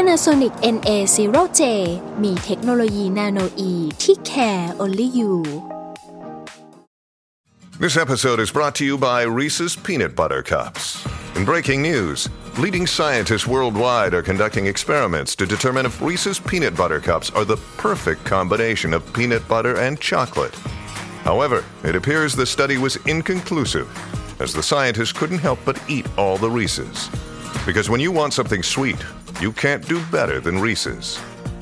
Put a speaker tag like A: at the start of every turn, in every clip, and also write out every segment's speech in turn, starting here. A: Panasonic NA0J มีเทคโนโลยีนาโนอีที่ care only you
B: This episode is brought to you by Reese's Peanut Butter Cups. In breaking news, leading scientists worldwide are conducting experiments to determine if Reese's Peanut Butter Cups are the perfect combination of peanut butter and chocolate. However, it appears the study was inconclusive, as the scientists couldn't help but eat all the Reese's. Because when you want something sweet, you can't do better than Reese's.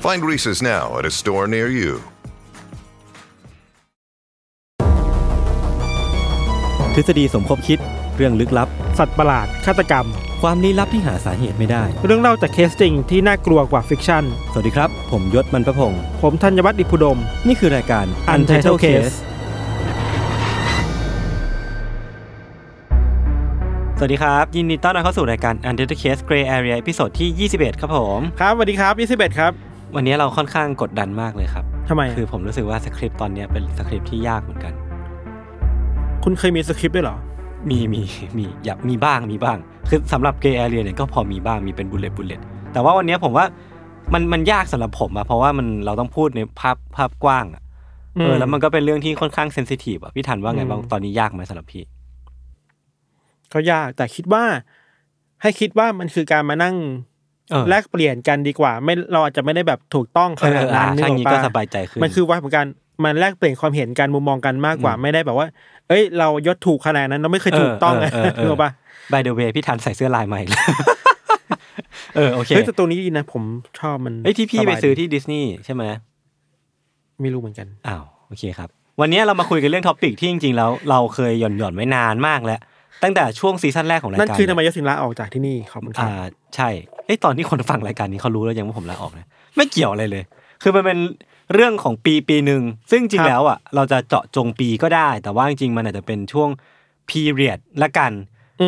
B: Find Reese's now at a store near you.
C: ทฤษฎีสมคบคิดเรื่องลึกลับ
D: สัตว์ประหลาด ฆาตกรรม
C: ความลี้ลับที่หาสาเหตุไม่ได้
D: เรื่องเล่าจากเคสจริงที่น่ากลัวกว่าฟิกชั่น
C: สวัสดีครับ ผมยศมันประพงศ์
D: ผมธัญวัฒน์อิพุดม
C: นี่คือรายการ Untitled Case สวัสดีครับ ยินดีต้อนรับเข้าสู่รายการ Untitled Case Gray Area ตอนที่ 21 ครับผม
D: ครับสวัสดีครับ21ครับ
C: วันนี้เราค่อนข้างกดดันมากเลยครับ
D: ทำไม
C: คือ ผมรู้สึกว่าสคริปต์ตอนเนี้ยเป็นสคริปต์ที่ยากเหมือนกัน
D: คุณเคยมีสคริปต์ด้วยเหรอ
C: มีมีมีอยากมีบ้างมีบ้าง คือสำหรับเกย์แอเรียเนี่ยก็พอมีบ้างมีเป็นบุลเลตบุลเลตแต่ว่าวันเนี้ยผมว่ามันมันยากสำหรับผมอะเพราะว่ามันเราต้องพูดในภาพภาพกว้างอะ
D: อืม
C: เออแล้วมันก็เป็นเรื่องที่ค่อนข้างเซนซิทีฟอะพี่ทันว่าไงบ้างตอนนี้ยากไหมสำหรับพี่
D: ก็ยากแต่คิดว่า ให้คิดว่ามันคือการมานั่ง
C: เออ
D: แลกเปลี่ยนกันดีกว่า ไม่เราอาจจะไม่ได้แบบถูกต้องขนาดนั้น
C: เออเออ
D: นึกอ
C: ถ้า
D: อ
C: งี้
D: ปะ
C: ก็สบายใจขึ้น
D: มันคือว่าของการมันแลกเปลี่ยนความเห็นกันมุมมองกันมากกว่าไม่ได้แบบว่า เอ้ย เรายศถูกขนาดนั้นเราไม่เคยถูกต้องนะ
C: เเเ
D: นึกออกปะ
C: By the way พี่ทันใส่เสื้อ ลายใหม่แล้ว เออโอเค
D: เฮ้ยแต่ตัวนี้ดีนะผมชอบมัน
C: เอ้ยที่พี่
D: สบาย
C: ไปซื้อ
D: ดี
C: ที่ดิสนีย์ใช่ไหม
D: ไม่รู้เหมือนกัน
C: อ้าวโอเคครับ วันนี้เรามาคุยกันเรื่องท็อปิกที่จริงๆแล้วเราเคยหย่อนหย่อนๆไว้นานมากแล้ว ตั้งแต่ช่วงซีซั่นแรกของรายการ
D: นั่นคือทำไมยศถึงลาออกจากที่นี่ขอบคุณครับ
C: อ่าใช่ไอยตอนที่คนฟังรายการนี้เขารู้แล้วยังว่าผมลาออกนะไม่เกี่ยวอะไรเลย คือมันเป็นเรื่องของปีปีหนึ่งซึ่งจริง
D: ครับ
C: แล้วอ่ะเราจะเจาะจงปีก็ได้ แต่ว่าจริงๆมันอาจจะเป็นช่วง period ละกัน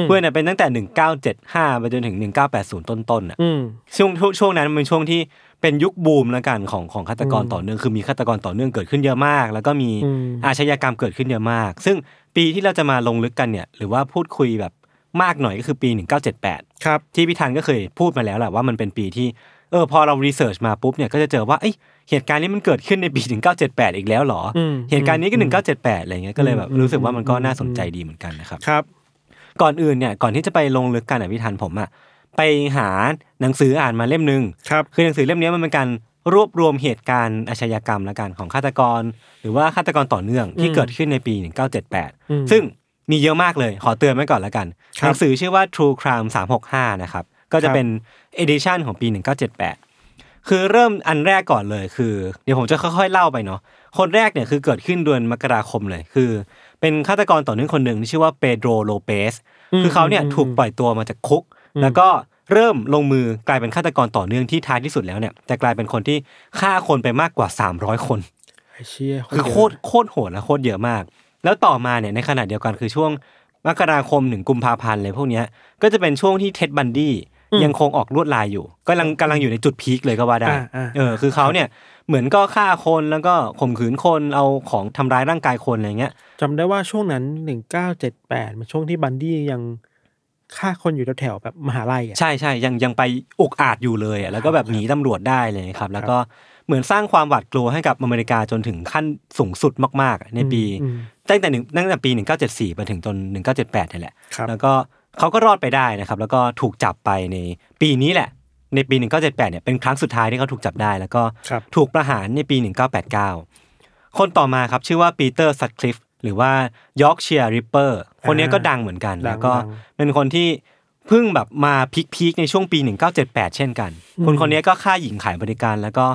D: ม
C: เพื่อนเนยเป็นตั้งแต่ 1975 ไปจนถึง 1980 ต้นๆน่ะ
D: อืม
C: ช่วงช่วงนั้นมันเป็นช่วงที่เป็นยุคบูมละกันของของฆาตกรต่อเนื่องคือมีฆาตกรต่อเนื่องเกิดขึ้นเยอะมาก แล้วก็มี
D: อืม
C: อาชญากรรมเกิดขึ้นเยอะมาก ซึ่งปีที่เราจะมาลงลึกกันเนี่ย หรือว่าพูดคุยแบบมากหน่อยก็คือปี 1978
D: ครับ
C: ที่พี่ธันก็เคยพูดมาแล้วแหละว่ามันเป็นปีที่ เออพอเรารีเสิร์ชมาปุ๊บเนี่ยก็จะเจอว่าเอ้ยเหตุการณ์นี้มันเกิดขึ้นในปี 1978 อีกแล้วเหรออ
D: ม
C: เหตุการณ์นี้ก็ 1978 อะไรเงี้ยก็เลยแบบรู้สึกว่ามันก็
D: อืม
C: น่าสนใจดีเหมือนกันนะครับ
D: ครับ
C: ก่อนอื่นเนี่ยก่อนที่จะไปลงลึกกันอ่ะพี่ธันผมอ่ะไปหาหนังสืออ่านมาเล่มหนึ่ง
D: ครับ
C: คือหนังสือเล่มนี้มันเป็นการรวบรวมเหตุการณ์อาชญากรรมและการของฆาตกร หรือว่าฆาตกรต่อเนื่องที่
D: อืม
C: เกิดขึ้นในปี
D: อืม
C: 1978 ซึ่งมีเยอะมากเลยขอเตือนไว้ก่อนละกัน
D: ครับ
C: หนังสือชื่อว่า True Crime 365 นะครับ ก็จะ
D: ครับ
C: เป็นเอดิชันของปี 1978 คือเริ่มอันแรกก่อนเลยคือ เดี๋ยวผมจะค่อยๆเล่าไปเนาะคนแรกเนี่ยคือเกิดขึ้นเดือนมกราคมเลยคือ เป็นฆาตกรต่อเนื่องคนหนึ่งที่ชื่อว่าเปโดรโลเปส คือเขาเนี่ยถูกปล่อยตัวมาจากคุก แล้วก็เริ่มลงมือกลายเป็นฆาตกรต่อเนื่องที่ท้ายที่สุดแล้วเนี่ยจะกลายเป็นคนที่ฆ่าคนไปมากกว่า 300 คน
D: ไอ้เชี่ย
C: คือโคตรโคตรโหดและโคตรเยอะมาก แล้วต่อมาเนี่ยในขณะเดียวกันคือช่วงมกราคมถึงกุมภาพันธ์เลยพวกเนี้ยก็จะเป็นช่วงที่เท็ดบันดี้ยังคงออกลวดลายอยู่กำลังกำลังอยู่ในจุดพีคเลยก็ว่าได้
D: อ่าอ่า
C: เออคือเขาเนี่ยเหมือนก็ฆ่าคนแล้วก็ข่มขืนคนเอาของทำร้ายร่างกายคนอะไรเงี้ย
D: จำได้ว่าช่วงนั้นหนึ่งเก้าเจ็ดแปดมันช่วงที่บันดี้ยังฆ่าคนอยู่แถวๆแบบมหาลัยอ่ะ
C: ใช่ใช่ยังยังไปอุกอาจอยู่เลยอะแล้วก็แบบหนีตำรวจได้เลยครับ แล้วก็เหมือนสร้างความหวาดกลัวให้กับอเมริกาจนถึงขั้นสูงสุดมากๆ ในปี
D: อืมอืม
C: ตั้งแต่หนึ่งตั้งแต่ปี 1974ไปถึงจน 1978นี่แหละ
D: ครับ
C: แล้วก็เขาก็รอดไปได้นะครับ แล้วก็ถูกจับไปในปีนี้แหละ ในปี 1978เนี่ยเป็นครั้งสุดท้ายที่เขาถูกจับได้ แล้วก็
D: ครับ
C: ถูกประหารในปี 1989 คนต่อมาครับชื่อว่าปีเตอร์สัตคลิฟหรือว่ายอร์กเชียร์ริปเปอร์คนเนี้ยก็ดังเหมือนกัน
D: ดัง
C: แล้วก็
D: ดัง
C: เป็นคนที่เพิ่งแบบมาพีคๆในช่วงปี 1978 เช่นกัน คนคนนี้ก็ฆ่าหญิงขายบริการ แล้วก็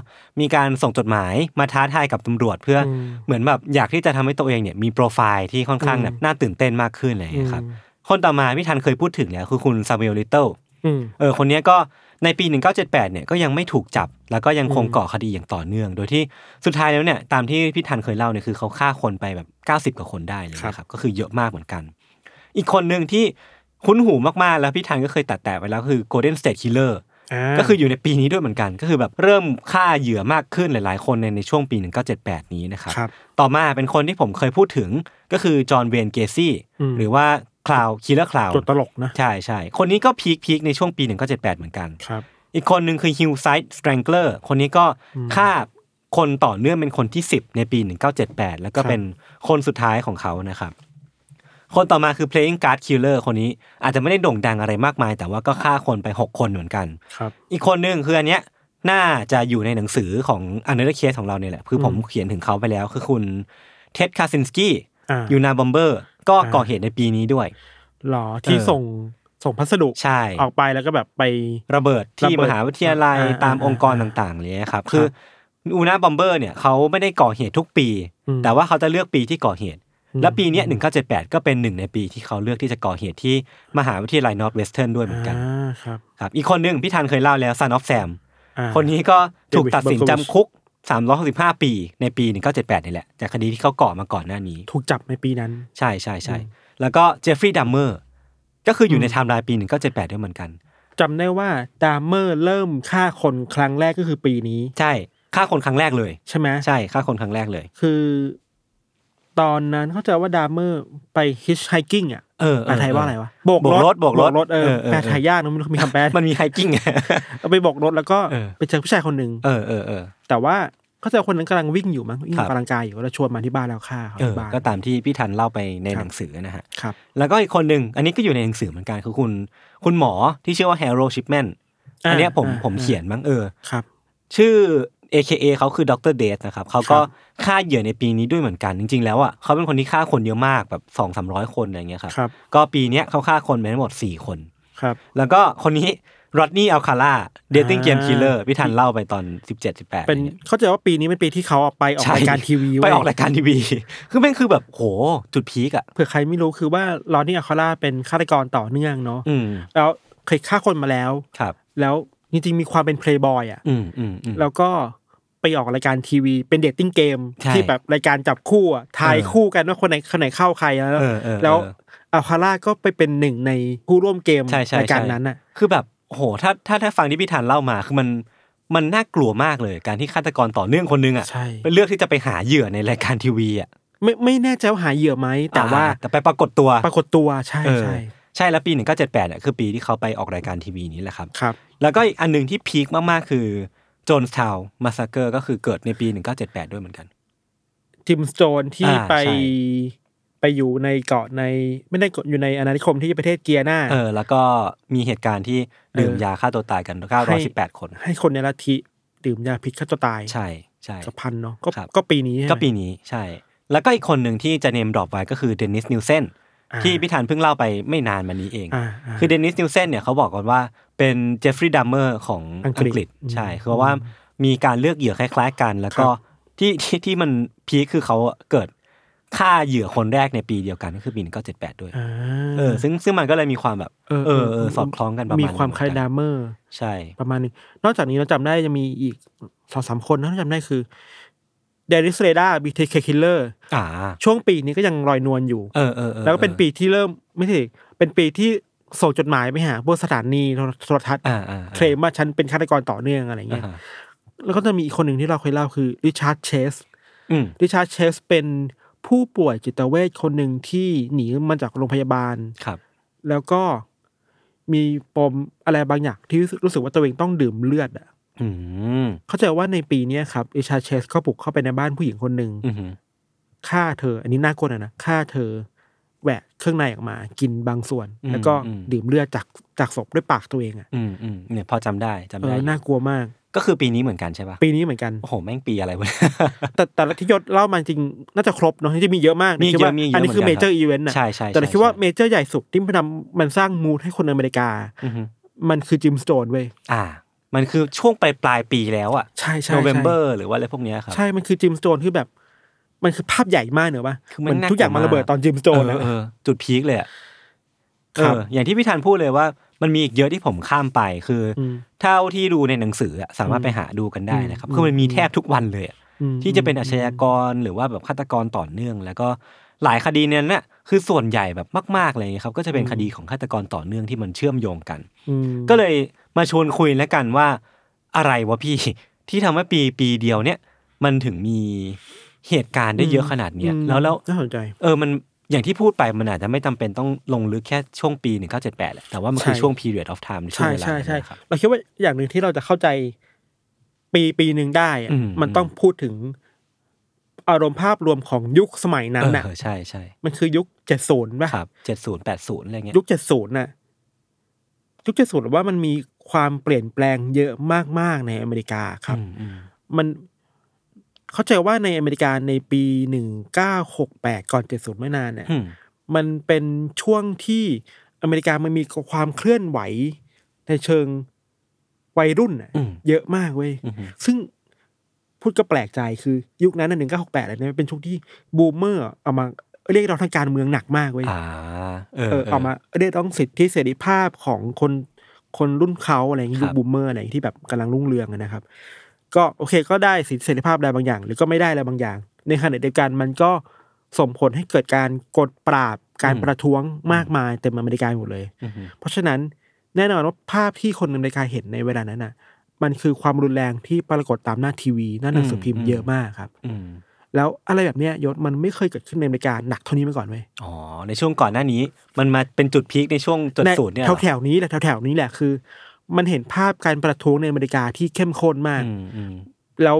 C: มีการส่งจดหมายมาท้าทายกับตำรวจ เพื่ออเหมือนแบบอยากที่จะทำให้ตัวเองเนี่ยมีโปรไฟล์ที่ค่อนข้างแบบน่าตื่นเต้นมากขึ้นอะไรอย่างเลยครับ คนต่อมาพี่ทันเคยพูดถึงแล้วคือคุณซามูเอลลิตเติล
D: อืม
C: เออคนเนี้ยก็ ในปี 1978 เนี่ยก็ยังไม่ถูกจับ แล้วก็ยังคง
D: อืม
C: ก่อคดีอย่างต่อเนื่อง โดยที่สุดท้ายแล้วเนี่ยตามที่พี่ทันเคยเล่าเนี่ยคือเขาฆ่าคนไปแบบ 90 กว่าคนได้เลยนะครับก็คือเยอะมากเหมือนกัน อีกคนหนึ่งที่คุ้นหูมากๆ แล้วพี่ทันก็เคยตัดแตะไว้แล้วคือ Golden State Killer
D: อ่า
C: ก็คืออยู่ในปีนี้ด้วยเหมือนกัน ก็คือแบบเริ่มฆ่าเหยื่อมากขึ้นหลาย ๆ คนในในช่วงปี 1978 นี้นะครับ
D: ครับ
C: ต่อมาเป็นคนที่ผมเคยพูดถึงก็คือจอห์นเวนเกซี่
D: อืม
C: หรือว่าคลาวคิลเลอร์คลาว
D: ตัวตลกนะ
C: ใช่ใช่คนนี้ก็พีคพีคในช่วงปี 1978 เหมือนกัน
D: ครับ
C: อีกคนหนึ่งคือฮิวไซด์สแตรงเกอร์คนนี้ก็ฆ่าคนต่อเนื่องเป็นคนที่ 10 ในปี 1978 แล้วก็เป็นคนสุดท้ายของเขานะครับ คนต่อมาคือ playing card killer คนนี้อาจจะไม่ได้โด่งดังอะไรมากมาย แต่ว่าก็ฆ่าคนไป 6 คนเหมือนกัน
D: ครับ
C: อีกคนหนึ่งคืออันเนี้ยน่าจะอยู่ในหนังสือของอันเดอร์เคสของเราเนี่ยแหละ คือผมเขียนถึงเขาไปแล้ว คือคุณเท็ดคาซินสกี้
D: อ่า
C: ยูนาบอมเบอร์ก็ก่อเหตุในปีนี้ด้วย
D: หรอที่
C: เออ
D: ส่งส่งพัสดุ
C: ใช่
D: ออกไปแล้วก็แบบไป
C: ระเบิดที่
D: ระเบิ
C: ม
D: ด
C: หาวิทยาลัย
D: อ่าอ่า
C: ตามองค์กรต่างๆเลยครับ คืออูนาบอมเบอร์เนี่ยเขาไม่ได้ก่อเหตุทุกปี
D: อืม
C: แต่ว่าเขาจะเลือกปีที่ก่อเหตุ และปีเนี้หนึ่งเก้าเจ็ดแปดก็เป็นหนึ่งในปีที่เขาเลือกที่จะก่อเหตุที่มหาวิทยาลัยนอร์ทเวสเทิร์นด้วยเหมือนกัน
D: อ่าครับ
C: ครับอีกคนหนึ่งพี่ทันเคยเล่าแล้วซันออฟแซม
D: อ่า
C: คนนี้ก็ถูกตัดสิน
D: David Berkowitz
C: จำคุก 365 ปีในปี 1978 นี่แหละ จากคดีที่เขาก่อมาก่อนหน้านี้
D: ถูกจับในปีนั้น
C: ใช่ใช่ใช่แล้วก็เจฟฟรีย์ดัมเมอร์ก็คืออยู่ในไทม์ไลน์ปี 1978 ด้วยเหมือนกัน
D: จำได้ว่าดามเมอร์เริ่มฆ่าคนครั้งแรกก็คือปีนี้
C: ใช่ฆ่าคนครั้งแรกเลย
D: ใช่ไหม
C: ใช่ฆ่าคนครั้งแรกเลย
D: คือ ตอนนั้นเข้าใจว่าดามเมอร์ไปฮิชไฮกิ้งอ่ะ
C: เออเออ
D: แปลไทยว่าอะไรวะ
C: โบกรถ
D: โบกร
C: โบ
D: ถ
C: กรถ
D: เออ
C: เออเออ
D: แปลไทยยากนะมันมีคำแปล
C: มันมีไฮกิ้ง
D: เอาไปโบกรถแล้วก็
C: เออ
D: ไปเจอผู้ชายคนหนึ่ง
C: เออเออเออ
D: แต่ว่าเข้าใจว่าคนนั้นกำลังวิ่งอยู่มั้งวิ่ง
C: ครั
D: ออบ กกำลังกายอยู่แล้วชวนมาที่บ้านแล้วฆ่าเขา
C: เออ
D: ที่บ้าน
C: ก็ตามที่พี่ทันเล่าไปในหนังสือนะฮะ
D: ครับ
C: แล้วก็อีกคนหนึ่งอันนี้ก็อยู่ในหนังสือเหมือนกันคือคุณคุณหมอที่ชื่อว่าแฮร์โรชิปแมนอันเนี้ยผม
D: อ่า
C: ผม
D: อ่า
C: เขียนมั้งเออ
D: ครับ
C: ชื่อ AKA เขาคือดรเดสนะครับเขาก็
D: ครับ
C: ฆ่าเหยื่อในปีนี้ด้วยเหมือนกัน จริง ๆ แล้วอ่ะเขาเป็นคนที่ฆ่าคนเยอะมากแบบสองสามร้อยคนอะไรเงี้ยครับ
D: ครับ
C: ก็ปีเนี้ยเขาฆ่าคนไปทั้งหมด 4 คน
D: ครับ
C: แล้วก็คนนี้ร o ดนี่อัลคาร่าเดทติ้งเกม
D: อ่า
C: คิลเลอร์พี่ทันเล่าไปตอน 17 18
D: เป็นเข้าใจว่าปีนี้เป็นปีที่เขาออกไปออก
C: ใช่
D: รายการทีวี
C: ไป
D: เว้ย
C: ออกรายการทีวี คือแม่งคือแบบโหจุดพีกอ่ะ
D: เผื่อใครไม่รู้คือว่าลอนนี่อัคคาร่าเป็นฆาตกรต่อเนื่องเนาะ
C: อืม
D: แล้วเคยฆ่าคนมาแล้ว
C: ครับ
D: แล้วจริงๆมีความเป็นเพลย์บอยอ่ะ
C: อืมอืมอืม
D: แล้วก็ไปออกรายการทีวีเป็นเดทติ้งเกม
C: ใช่
D: ที่แบบรายการจับคู่อ่ะทาย
C: เออ
D: คู่กันว่าคนไหนคนไหนเข้าใครแล้ว
C: เออเออ
D: แล้ว
C: เออ
D: อัคคาร่าก็ไปเป็นหนึ่งในผู้ร่วมเกม
C: ใช่ใช่
D: รายการ
C: ใช่
D: นั้นอ่ะ
C: คือแบบโหถ้าถ้าถ้าฟังที่พี่ทันเล่ามาคือมันมันน่ากลัวมากเลยการที่ฆาตกรต่อเนื่องคนหนึงอ่ะ
D: ใช่
C: เป็นเลือกที่จะไปหาเหยื่อในรายการทีวีอ่ะ
D: ไม่ไม่แน่ใจว่าหาเหยื่อไหมแต่ว่า
C: อ่แต่ไปปรากฏตัว
D: ปรากฏตัวใช่
C: เออ
D: ใช่
C: ใช่แล้วปี 1978เนี่ยคือปีที่เขาไปออกรายการทีวีนี้แหละครับ
D: ครับ
C: แล้วก็อีกอันหนึ่งที่พีคมากๆ คือโจนส์ทาวมาสเกอร์ก็คือเกิดในปี 1978 ด้วยเหมือนกัน
D: จิมสโตนที่
C: อ่า
D: ไป
C: ใช่
D: ไปอยู่ในเกาะในไม่ได้เกาะอยู่ในอาณานิคมที่ประเทศเกียร์หน้า
C: เออแล้วก็มีเหตุการณ์ที่ดื่
D: เออย
C: มาฆ่าตัวตายกัน
D: ให้
C: 918 คน
D: ให้คนในลัทธิดื่มยาพิษฆ่าตัวตาย
C: ใช่ใช่
D: กับพันเนาะก็
C: ครับ
D: ก็ปีนี้ใช่ไหม
C: ก็ปีนี้ใช่ แล้วก็อีกคนหนึ่งที่จะเนมดรอปไว้ก็คือเดนิสนิวเซน
D: อ่า
C: ที่พี่ธันเพิ่งเล่าไปไม่นานมานี้เอง
D: อ่าา
C: คือเดนนิสนิวเซนเนี่ยเขาบอกกันว่าเป็นเจฟฟรีย์ดัมเมอร์ของ
D: อั
C: อั
D: ง
C: ง
D: กฤษ
C: กฤษ
D: อืม
C: ใช่คือว่ามีการเลือกเหยื่อคล้ายๆกัน แล้วก็
D: ครับ
C: ที่ที่ที่มันพีคคือเขาเกิดฆ่าเหยื่อคนแรกในปีเดียวกันก็คือปี1978 ด้วย
D: อ่า
C: เออซึ่งซึ่งมันก็เลยมีความแบบ
D: เออ
C: เออเออสอดคล้องกันประมาณ
D: มีความ
C: ห
D: ค
C: นึ่
D: ล้าย
C: ง
D: ดามเมอร์
C: ใช่
D: ประมาณหนึงนอกจากนี้เราจำได้จะมีอีกสองสามคนนะที่จำได้คือเดริสเรดาบีเทคคิลเลอร์
C: อ่า
D: ช่วงปีนี้ก็ยังลอยนวลอยู่
C: เออเออออ
D: แล้วก็เป็นปีที่เริ่มไม่ใช่เป็นปีที่ส่งจดหมายไปหาพวกสถานีโทรทัศน์
C: อ่าอ่า
D: เคลมว่าฉันเป็นฆาตกรต่อเนื่องอะไร
C: อ่า
D: เงี้ย
C: ฮะ
D: แล้วก็จะมีอีกคนหนึ่งที่เราเคยเล่าคือริชาร์ดเชส
C: อืม
D: ริชาร์ดเชสเป็นผู้ป่วยจิตเวชคนหนึ่งที่หนีมาจากโรงพยาบาล
C: ครับ
D: แล้วก็มีปมอะไรบางอย่างที่รู้สึกว่าตัวเองต้องดื่มเลือดอ่ะ
C: อืม
D: เข้าใจว่าในปีเนี้ยครับริชาร์ดเชสก็บุกเข้าไปในบ้านผู้หญิงคนหนึ่ง
C: อือหือ
D: ฆ่าเธอ อันนี้น่ากลัวหนอยนะฆ่าเธอแหวกเครื่องในออกมา กินบางส่วน แล้วก็ดื่มเลือดจากจากศพด้วยปากตัวเองอ่ะ
C: อืมอืมเนี่ยพอจำได้จำ
D: เอ
C: ได้
D: อน่ากลัวมาก
C: ก็คือปีนี้เหมือนกันใช่ป่ะ
D: ปีนี้เหมือนกัน
C: โอ้โหแม่งปีอะไรวะ
D: แต่แต่ละที่ยศเล่ามาจริงน่าจะครบเนาะที่จะมีเยอะมาก
C: มี
D: คิด
C: เย
D: ว่า
C: อะมีเยอะ
D: อันนี้คือ
C: เหมื
D: เม
C: อนกัน
D: เจอร์อีเวนต์นะ
C: ใช่ใช่
D: แต่เราคิดว่า
C: ใช่
D: เมเจอร์ใหญ่สุดที่มันทำมันสร้างมูดให้คนอเมริกา
C: อือหือ
D: มันคือจิมสโตนเว้ย
C: อ่า มันคือช่วงปลายปลายๆปีแล้วอะ
D: ใช่ใช่
C: โน
D: ใช่
C: เวมเบอร์หรือว่าอะไรพวกเนี้ยครับ
D: ใช่มันคือจิมสโตนคือแบบ มันคือภาพใหญ่มากเนอะปะ
C: คือ
D: เห
C: มั
D: มัน น
C: น่ากลัวมาก
D: ทุกอย่างมันระเบิดตอนจิมสโตน
C: เอ
D: นะ
C: อเออจุดพีคเลยอะ
D: ครับ
C: เอออย่างที่พี่ธันพูดเลยว่า มันมีอีกเยอะที่ผมข้ามไปคือ
D: อืม
C: เท่าที่ดูในหนังสืออะสามารถไปหาดูกันได้นะครับคือมันมีแทบทุกวันเลยอะ
D: อืม
C: ที่จะเป็นอาชญากรหรือว่าแบบฆาตกรต่อเนื่อง แล้วก็หลายคดีเนี่ยนะคือส่วนใหญ่แบบมากๆเลยครับก็จะเป็นคดีของฆาตกรต่อเนื่องที่มันเชื่อมโยงกัน
D: อืม
C: ก็เลยมาชวนคุยแล้วกันว่าอะไรวะพี่ ที่ทำให้ปีปีเดียวเนี่ย มันถึงมีเหตุการณ์ได้เยอะขนาดเนี้ย
D: อืม
C: แล้วแล้ว
D: น่าสนใจ
C: เออ มันอย่างที่พูดไปมันอาจจะไม่จำเป็นต้องลงลึกแค่ช่วงปี 1978แหละแต่ว่ามันคือ
D: ใช่
C: ช่วง period of time หรือช่ว
D: ใช่
C: งเวลา
D: ใช่ใช่
C: นั้นนะครับ
D: เราคิดว่าอย่างหนึ่งที่เราจะเข้าใจปีปีหนึ่งได้อะ
C: อืม
D: มันต้องพูดถึงอารมณ์ภาพรวมของยุคสมัยนั้นน่ะ
C: เออใช่ใช่
D: มันคือยุคเจ็ดศูนย์ป่ะ
C: ครับเจ็ดศูนย์แปดศูนย์อะไรเงี้ย
D: ยุคเจ็ดศูนย์น่ะยุคเจ็ดศูนย์ว่ามันมีความเปลี่ยนแปลงเยอะมากๆในอเมริกาครับ
C: อืมอืม
D: มันเข้าใจว่าในอเมริกาในปีหนึ่งเก้าหกแปดก่อนเจ็ดศูนย์ไม่นานเนี่ย
C: อืม
D: มันเป็นช่วงที่อเมริกามันมีความเคลื่อนไหว ในเชิงวัยรุ่นน่ะ
C: อืม
D: เยอะมากเว้ย
C: อือฮึ
D: ซึ่งพูดก็แปลกใจคือยุคนั้นหนึ่งเก้าหกแปดเนี่ยมันเป็นช่วงที่บูมเมอร์เอามาเรียกร้องทางการเมืองหนักมากเว้ย
C: อ่าเออ
D: เออ
C: เออ
D: เอามาเรียกร้องสิทธิเสรีภาพของคนคนรุ่นเขาอะไรอย่างนี้
C: ครั
D: ยุ
C: บ
D: คบูมเมอร์อะไรอย่างงี้ที่แบบกำลังรุ่งเรืองอะนะครับ ก็โอเคก็ได้สิทธิเสรีภาพอะไรบางอย่าง หรือก็ไม่ได้อะไรบางอย่าง ในขณะเดียวกันมันก็ส่งผลให้เกิดการกดปราบการประท้วงมากมายเต็มอเมริกาหมดเลย
C: อือฮึ
D: เพราะฉะนั้นแน่นอนว่าภาพที่คนอเมริกาเห็นในเวลานั้นน่ะ มันคือความรุนแรงที่ปรากฏตามหน้าทีวีหน้าหนังสือพิมพ์เยอะมากครับ
C: อืม
D: แล้วอะไรแบบเนี้ยยศมันไม่เคยเกิดขึ้นในอเมริกาหนักเท่านี้มาก่อนเว้ย
C: อ๋อในช่วงก่อนหน้านี้มันมาเป็นจุดพีคในช่วงจุดศูนย์เนี่ย
D: แถวแถวๆนี้แหละแถวแถวๆนี้แหละคือ มันเห็นภาพการประท้วงในอเมริกาที่เข้มข้นมาก
C: อืมอืม
D: แล้ว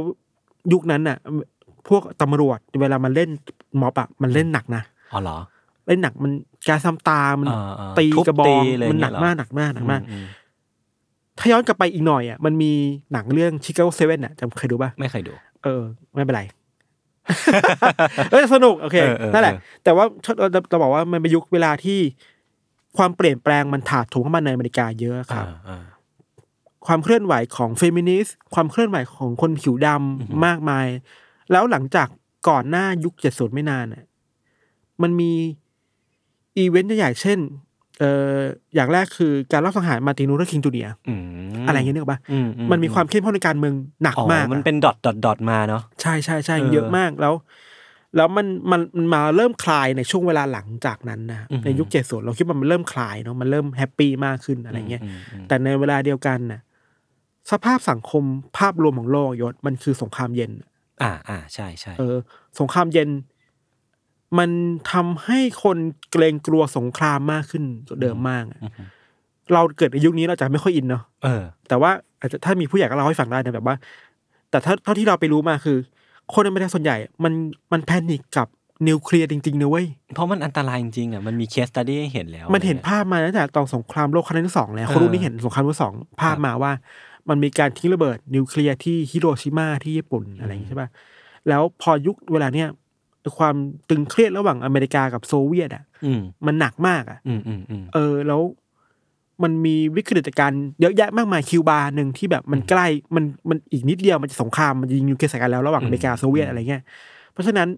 D: ยุคนั้นน่ะ พวกตำรวจเวลามันเล่นม็อบอะมันเล่นหนักนะ
C: อ๋อเหรอ
D: เล่นหนักมันการซ้ำตามัน
C: อ่าอ่า
D: ตี
C: ทุบ
D: กระบอง
C: ตีอะไรอย่าง
D: มันหนัก
C: เงี้ยเหรอ
D: มากหนักมากหนักมาก
C: อือื
D: ถ้าย้อนกลับไปอีกหน่อยอ่ะมันมีหนังเรื่องชิคาโกเซเว่นอ่ะจำเคยดูป่ะ
C: ไม่เคยดู
D: เออ ไม่เป็นไร เออสนุก โอเค
C: เออเออ
D: นั่นแหละ
C: เออ
D: แต่ว่าเราจะจะบอกว่ามันเป็นยุคเวลาที่ความเปลี่ยนแปลงมันถาโถมเข้ามาในอเมริกาเยอะครับ
C: อ่าอ่า
D: ความเคลื่อนไหวของเฟมินิสต์ความเคลื่อนไหวของคนผิวดำมากมาย แล้วหลังจากก่อนหน้ายุคเจ็ดศูนย์ไม่นานน่ะมันมีอีเวนต์ใหญ่ๆเช่น เอออย่างแรกคือการรับสังหารมาร์ตินลูเทอร์คิงจูเนียร์
C: อืม
D: อะไรอย่างเงี้ยนึกออกปะ
C: อื
D: มันมีความเข้มข้นในการเมืองหนัก
C: อ๋อ
D: มาก
C: มัน
D: อะ
C: เป็นดอทดอทดอทมาเนาะ
D: ใช่ใช่ใช่
C: เออ
D: เยอะมากแล้ว แล้วมันมันมันมาเริ่มคลายในช่วงเวลาหลังจากนั้นนะ
C: อือฮึ
D: ในยุคเจ็ดส่วนเราคิดว่ามันเริ่มคลายเนาะมันเริ่มแฮปปี้มากขึ้นอะไรเงี้ย
C: มอืม
D: แต่ในเวลาเดียวกันน่ะสภาพสังคมภาพรวมของโลกยศมันคือสงครามเย็น
C: อ่าอ่าใช่ใช่
D: เออ สงครามเย็น มันทำให้คนเกรงกลัวสงครามมากขึ้นกว่าเดิมมากอะเราเกิดในยุคนี้เราจะไม่ค่อยอินเนาะ
C: เออ
D: แต่ว่าอาจจะถ้ามีผู้ใหญ่ก็เล่าให้ฟังได้นะแบบว่า แต่ถ้าเท่าที่เราไปรู้มาคือ คนอเมริกาส่วนใหญ่ มันมันแพนิคกับนิวเคลียร์จริงๆนะเว้ย
C: เพราะมันอันตรายจริงๆอ่ะมันมีเคสตัดดี้ให้เห็นแล้ว
D: มันเห็นภาพมาตั้งแต่ตอนสงครามโลกครั้งที่สองแล้วคนรุ่นนี้เห็นสงครามโลกสองภาพมาว่า มันมีการทิ้งระเบิดนิวเคลียร์ที่ฮิโรชิมาที่ญี่ปุ่นอะไรอย่างนี้ใช่ป่ะแล้วพอยุคเวลาเนี้ยความตึงเครียดระหว่างอเมริกากับโซเวียตอ่ะ
C: อืม
D: มันหนักมากอ่ะ
C: อืมอืมอืม
D: เออแล้วมันมีวิกฤตการณ์เยอะแยะมากมายคิวบาหนึ่งที่แบบมันใกล้มันมันอีกนิดเดียวมันจะสงครามมันจะยิงยูเครนใส่กันแล้วระหว่างอเมริกาโซเวียตอะไรเงี้ยเพราะฉะนั้น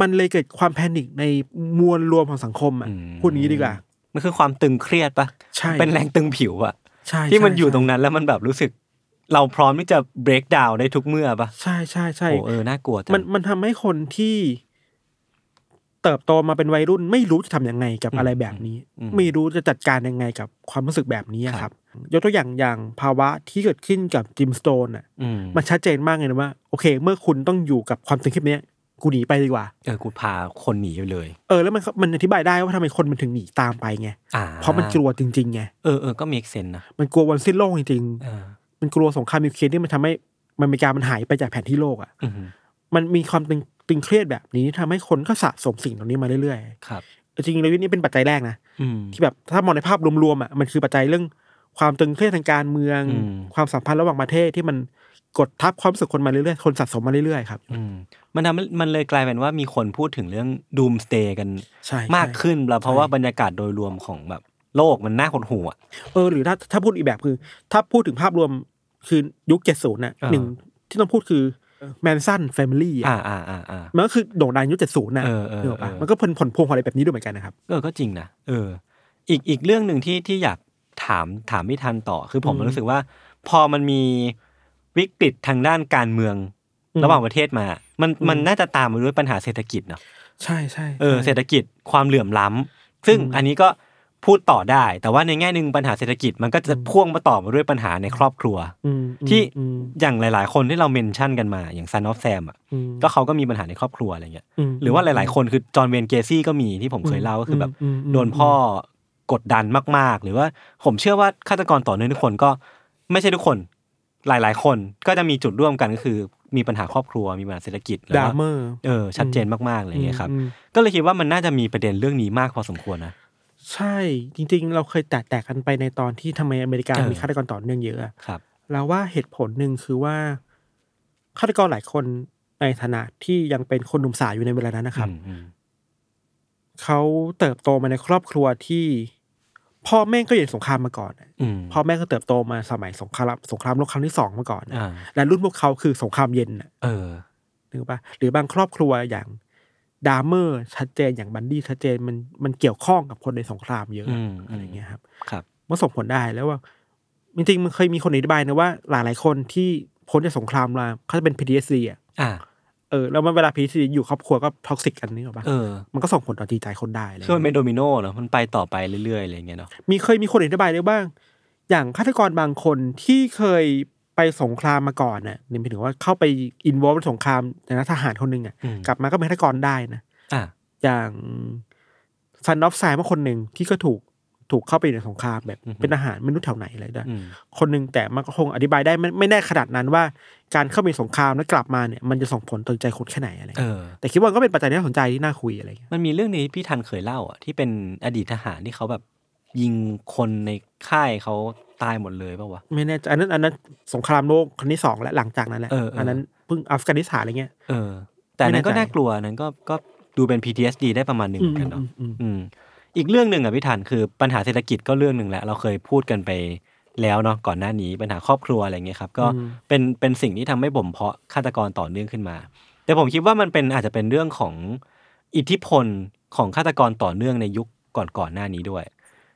D: มันเลยเกิดความแพนิคในมวลรวมของสังคมอ่ะพูดอย่างนี้ดีกว่า
C: มันคือความตึงเครียดปะ
D: ใช่
C: เป็นแรงตึงผิวอะ
D: ใช่
C: ที่มัน
D: ใช่
C: อยู่ตรง
D: ใช่
C: นั้นแล้วมันแบบรู้สึก เราพร้อมที่จะ break down ได้ทุกเมื่อปะ
D: ใช่ใช่ใช่
C: โอ้เออน่ากลัวจัง
D: มันมันทำให้คนที่เติบโตมาเป็นวัยรุ่น ไม่รู้จะทำยังไงกับอะไรแบบนี้ ไม่รู้จะจัดการยังไงกับความรู้สึกแบบนี้อะครับ ยกตัวอย่างอย่างภาวะที่เกิดขึ้นกับจิมสโตนอ่ะ
C: อืม
D: มันชัดเจนมากเลยนะว่า โอเค เมื่อคุณต้องอยู่กับความตึงเครียดเนี้ยกูหนีไปดีกว่า
C: เออกูพาคนหนีไปเลย
D: เออแล้วมันมันอธิบายได้ว่าทำไมคนมันถึงหนีตามไปไง
C: อ่า
D: เพราะมันกลัวจริงๆไง
C: เออเออก็ make sense นะ
D: มันกลัววันสิ้นโลกจริง
C: เออ
D: ๆมันกลัวสงครามนิวเคลียร์ที่มันทำให้มันมีการมันหายไปจากแผนที่โลกอ่ะ
C: อืม
D: มันมีความตึงตึงเครียดแบบนี้ทำให้คนก็สะสมสิ่งเหล่านี้มาเรื่อย
C: ครับ
D: ๆจริงๆเลยนี่เป็นปัจจัยแรกนะ
C: อืม
D: ที่แบบถ้ามองในภาพรวมๆอ่ะมันคือปัจจัยเรื่องความตึงเครียดทางการเมือง
C: อืม
D: ความสัมพันธ์ระหว่างประเทศที่มันกดทับความรู้สึกคนมาเรื่อยๆคนสะสมมาเรื่อยๆครับ
C: อืมมันทำให้มันเลยกลายเป็นว่ามีคนพูดถึงเรื่อง doomsday กัน
D: ใช่
C: มาก
D: ใช่
C: ขึ้นแล้วเพราะว่าบรรยากาศโดยรวมของแบบโลกมันน่าหดหู่อะ
D: เออหรือถ้าถ้าพูดอีกแบบคือ ถ้าพูดถึงภาพรวมคือยุคเจ็ดศูนย์น่ะ
C: อ่า
D: หนึ่งที่ต้องพูดคือแมนสันแฟมิลี่
C: อ่าอ่าอ่าอ่า
D: มันก็คือโด่งดังยุคเจ็ดศูนย์น่ะ
C: เออเออ
D: นึกออกปะ
C: เออ
D: มันก็ผลผลพวงของอะไรแบบนี้ด้วยเหมือนกันนะครับ
C: เออก็จริงนะเออ อีกอีกเรื่องหนึ่งที่ที่อยากถามถามไม่ทันต่อ คือผม
D: อืม
C: รู้สึกว่า พอมันมีวิกฤตทางด้านการเมือง
D: อืม
C: ระหว่างประเทศมา มัน
D: อืม
C: มันน่าจะตามมาด้วยปัญหาเศรษฐกิจเนาะ
D: ใช่ใช่
C: เออ
D: ใช่
C: เศรษฐกิจความเหลื่อมล้ำซึ่งอันนี้ก็พูดต่อได้ แต่ว่าในแง่หนึ่งปัญหาเศรษฐกิจมันก็จะ
D: อืม
C: พ่วงมาต่อมาด้วยปัญหาในครอบครัว
D: อืมอืม
C: ที่
D: อืม
C: อย่างหลาย ๆ คนที่เราเมนชั่นกันมาอย่างซันอฟแซมอ่ะ
D: อืม
C: ก็เขาก็มีปัญหาในครอบครัวอะไรเงี้ย
D: ม
C: หรือว่าหลาย ๆ คนคือจอห์นเวนเกซี่ก็มีที่ผมเคยเล่าก็คือแบบ
D: มม
C: โดนพ่อกดดันมาก ๆ หรือว่าผมเชื่อว่าฆาตกรต่อเนื่องทุกคนก็ไม่ใช่ทุกคน หลาย ๆ คนก็จะมีจุดร่วมกันก็คือมีปัญหาครอบครัวมีปัญหาเศรษฐกิจแล้ว
D: ดรา
C: ก็
D: เมอร์
C: เออชัดเจนมากๆอะไรอย่างเงี้ยครับ
D: อืม
C: ก็เลยคิดว่ามันน่าจะมีประเด็นเรื่องนี้มากพอสมควรนะ
D: ใช่จริงๆ เราเคยแตะแตกกันไปในตอนที่ทำไมอเมริกา
C: เออ
D: มีฆาตกรต่อเนื่องเยอะอะ
C: ครับ
D: เราว่าเหตุผลหนึ่งคือว่าฆาตกรหลายคนในฐานะที่ยังเป็นคนหนุ่มสาวอยู่ในเวลานั้นนะครับ
C: อืมอืม
D: เขาเติบโตมาในครอบครัวที่ พ่อแม่ก็อยู่ในสงครามมาก่อนอะ
C: อืม
D: พ่อแม่ก็เติบโตมาสมัยสงครามสงครามโลกครั้งที่สองมาก่อนอะ
C: อ่า
D: และรุ่นพวกเขาคือสงครามเย็นน่ะ
C: เออ
D: นึกปะหรือบางครอบครัวอย่างดามเมอร์ชัดเจนอย่างบันดี้ชัดเจนมันมันเกี่ยวข้องกับคนในสงครามเยอะ
C: อืม
D: อะไรอย่างเงี้ยครับ
C: ครับ
D: มันส่งผลได้แล้วว่าจริงๆมันเคยมีคนอธิบายนะว่าหลายๆคนที่พ้นจากสงครามมาเขาจะเป็น PTSD อ่ะ
C: อ่า
D: เออแล้วมันเวลา PTSD อยู่ครอบครัวก็ท็อกซิกกันนึกออกปะ
C: เออ
D: มันก็ส่งผลต่อจิตใจคนได้อะไร
C: คือมันเป็นโดมิโนเนาะมันไปต่อไปเรื่อยๆอะไรอย่างเงี้ยเนาะ
D: มีเคยมีคนอธิบายด้วยบ้าง อย่างฆาตกรบางคนที่เคยไปสงครามมาก่อนน่ะนี่หมายถึงว่าเข้าไปอินวอลในสงครามในนะทหารคนหนึ่งอ่ะ
C: อืม
D: กลับมาก็เป็นฆาตกรได้นะ
C: อ่า
D: อย่างซันนอฟไซม์คนหนึ่งที่ก็ถูกถูกเข้าไปอยู่ในสงครามแบบเป็นทหารไม่รู้แถวไหนอะไรได้
C: อืม
D: คนหนึ่งแต่มันก็คงอธิบายได้ไม่ไม่แน่ขนาดนั้นว่าการเข้าไปสงครามแล้วกลับมาเนี่ยมันจะส่งผลต่อใจคนแค่ไหนอะไร
C: เอ
D: เงี้ย
C: อ
D: แต่คิดว่าก็เป็นปัจจัยที่น่าสนใจที่น่าคุยอะไรเงี้ย
C: มันมีเรื่องนี้พี่ทันเคยเล่าอ่ะที่เป็นอดีตทหารที่เขาแบบยิงคนในค่ายเขาตายหมดเลยป่าวะ
D: ไม่แน่ใจอันนั้นอันนั้นสงครามโลกครั้งที่สองและหลังจากนั้นแหละ
C: เออเอออั
D: อันนั้นเพิ่งอัฟกานิสถานอะไรเงี้ย
C: เออ แต่อันนั้นก็
D: ไม่แน่ใจ
C: น่ากลัวอันนั้นก็ก็ดูเป็น PTSD ได้ประมาณหนึ่งเหมือนกันเนาะ
D: อืมอืมอืม
C: อืมอีกเรื่องหนึ่งอ่ะพี่ทันคือปัญหาเศรษฐกิจก็เรื่องหนึ่งแหละเราเคยพูดกันไปแล้วเนาะก่อนหน้านี้ปัญหาครอบครัวอะไรเงี้ยครับ ก็เป็นเป็นสิ่งที่ทำให้บ่มเพาะฆาตกรต่อเนื่องขึ้นมา แต่ผมคิดว่ามันเป็นอาจจะเป็นเรื่องของอิทธิพลของฆาตกรต่อเนื่องในยุคก่อนๆหน้านี้ด้วย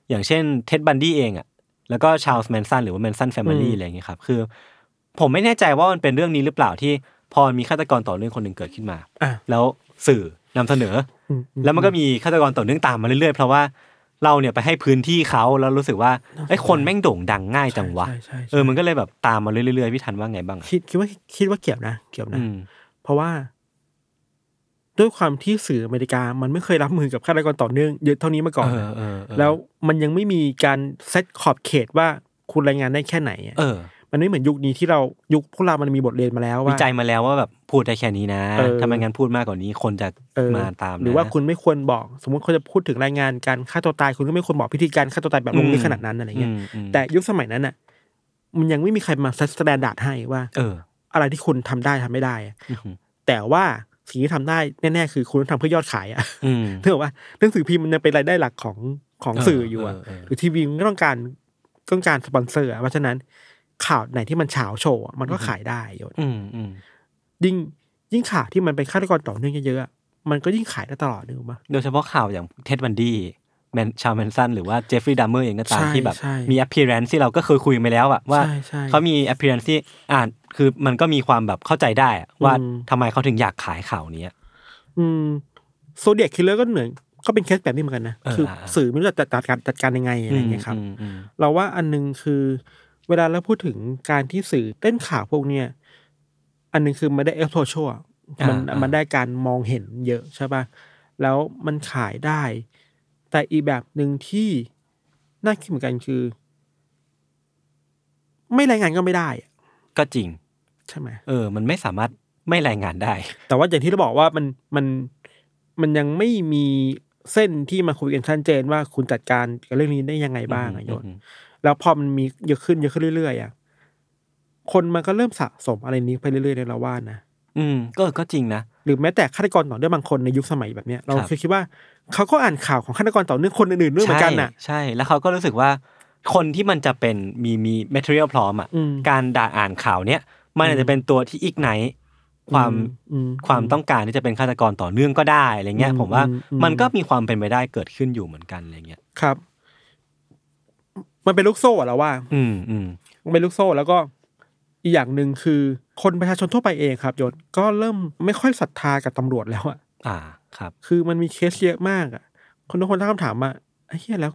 C: อย่างเช่นเท็ดบันดี้เองอ่ะ แล้วก็ชาลส์แมนสันหรือว่าแมนสันแฟมิลี่อะไรอย่างเงี้ยครับ คือ ผมไม่แน่ใจว่ามันเป็นเรื่องนี้หรือเปล่าที่พอมีฆาตกรต่อเนื่องคนหนึ่งเกิดขึ้นมา
D: อ่ะ
C: แล้วสื่อนำเสนอ
D: อื
C: อแล้วมันก็มีฆาตกรต่อเนื่องตามมาเรื่อยๆ เพราะว่าเราเนี่ยไปให้พื้นที่เขาแล้วรู้สึกว่าไอ้ยคนแม่งโด่งดังง่ายจังวะ
D: ใช่ใช่ใช่
C: เออมันก็เลยแบบตามมาเรื่อยๆพี่ทันว่าไงบ้างอะ
D: คิดคิดว่าคิดว่าเกี่ยวนะเกี่ยวนะ
C: อืม
D: เพราะว่า ด้วยความที่สื่ออเมริกามันไม่เคยรับมือกับฆาตกรต่อเนื่องเยอะเท่านี้มาก่อน
C: เออ
D: นะ
C: เออเออ
D: แล้วมันยังไม่มีการเซตขอบเขตว่าคุณรายงานได้แค่ไหนอะ
C: เออ
D: มันไม่เหมือนยุคนี้ที่เรายุคพวกเรามันมีบทเรียนมาแล้ว
C: วิ
D: ว่า
C: จัยมาแล้วว่าแบบพูดได้แค่นี้นะ
D: เออ
C: ถ้าไม่งั้นพูดมากกว่านี้คนจะ
D: เออ
C: มาตามนะ
D: หรือว่าคุณไม่ควรบอก สมมติเขาจะพูดถึงรายงานการฆ่าตัวตายคุณก็ไม่ควรบอกพิธีการฆ่าตัวตายแบบลงลึ
C: อื
D: ก
C: ม
D: ขนาดนั้นอะไรเงี้ย
C: มอืม
D: แต่ยุคสมัยนั้นน่ะ มันยังไม่มีใครมาซัสแตนดาร์ดให้ว่า
C: เออ
D: อะไรที่คุณทำได้ทำไม่ได้อะ
C: อืม
D: แต่ว่าสิ่งที่ทำได้แน่ๆคือคุณต้องทำเพื่อยอดขายอะ
C: อืม
D: เนื่องว่าหนังสือพิมพ์มันยังเป็นรายได้หลักของของ
C: เออ
D: สื่ออยู่อะ
C: เออเออ
D: หรือทีวีมันก็ต้องการต้องการสปอนเซอร์อะเพราะฉะนั้นข่าวไหนที่มันเฉาโชว์อะมันก็ขายได้โยน
C: อืมอืม
D: ยิ่งยิ่งข่าวที่มันเป็นฆาตกรต่อเนื่องเยอะๆอะมันก็ยิ่งขายได้ตลอดนึกออกปะ
C: โดยเฉพาะข่าวอย่างเท็ดบันดี้แมนชาวแมนสันหรือว่าเจฟฟรีย์ดัมเมอร์เองก็ตาม
D: ใช่
C: ที่แบบ
D: ใช่
C: มี appearance ที่เราก็เคยคุยไปแล้วอะว่า
D: ใช่ใช่
C: เขามี appearance ที่อ่านคือมันก็มีความแบบเข้าใจได้อะว่า
D: อืม
C: ทำไมเขาถึงอยากขายข่าวนี้อะ
D: อืมโซเดียคิลเลอร์ก็เหมือนก็เป็นเคสแบบนี้เหมือนกันนะ
C: เออ
D: คือ
C: เออ
D: สื่อไม่รู้จะจัดการจัดการยังไงอะไรอย่างเงี้ยครับ
C: มอืม
D: เราว่าอันหนึงคือเวลาเราพูดถึงการที่สื่อเล่นข่าวพวกเนี้ยอันหนึงคือมันได้เอ็กโซชัว
C: า
D: มัน
C: อ่ามั
D: มันได้การมองเห็นเยอะใช่ปะแล้วมันขายได้ แต่อีกแบบหนึ่งที่น่าคิดเหมือนกันคือ ไม่รายงานก็ไม่ได้อะ
C: ก็จริง
D: ใช่ไหม
C: เออ มันไม่สามารถไม่รายงานได้
D: แต่ว่าอย่างที่เราบอกว่ามันมันมันยังไม่มีเส้นที่มาคุยกันชัดเจนว่าคุณจัดการกับเรื่องนี้ได้ยังไงบ้างอะโยน
C: อืม
D: แล้วพอมันมีเยอะขึ้นเยอะขึ้นเรื่อยๆอะคนมันก็เริ่มสะสมอะไรนี้ไปเรื่อยๆเลยเราว่านะ
C: อืมก็ก็จริงนะ
D: หรือแม้แต่ฆาตกรต่อเนื่องบางคนในยุคสมัยแบบเนี้ยเรา
C: ครับ
D: เคยคิดว่าเขาก็อ่านข่าวของฆาตกรต่อเนื่องคนอื่นๆด้วยเหมือนกันน่ะ
C: ใช่ใช่ แล้วเขาก็รู้สึกว่า คนที่มันจะเป็นมีมี material พร้อมอ่ะ
D: อืม
C: การด่าอ่านข่าวเนี้ยมันอาจจะเป็นตัวที่อีกไหนความ
D: อื
C: ความต้องการที่จะเป็นฆาตกรต่อเนื่องก็ได้อะไรเงี้ย
D: อืม
C: ผมว่า
D: อืมอืม
C: มันก็มีความเป็นไปได้เกิดขึ้นอยู่เหมือนกันอะไรเงี้ย
D: ครับ มันเป็นลูกโซ่อะเราว่า
C: อืมอืม
D: มันเป็นลูกโซ่แล้วก็อีกอย่างหนึ่งคือ คนประชาชนทั่วไปเองครับยศก็เริ่มไม่ค่อยศรัทธากับตำรวจแล้วอะ
C: อ่าครับ
D: คือมันมีเคสเยอะมากอะคนทุกคนตั้งคำถามว่าไอ้เหี้ยแล้ว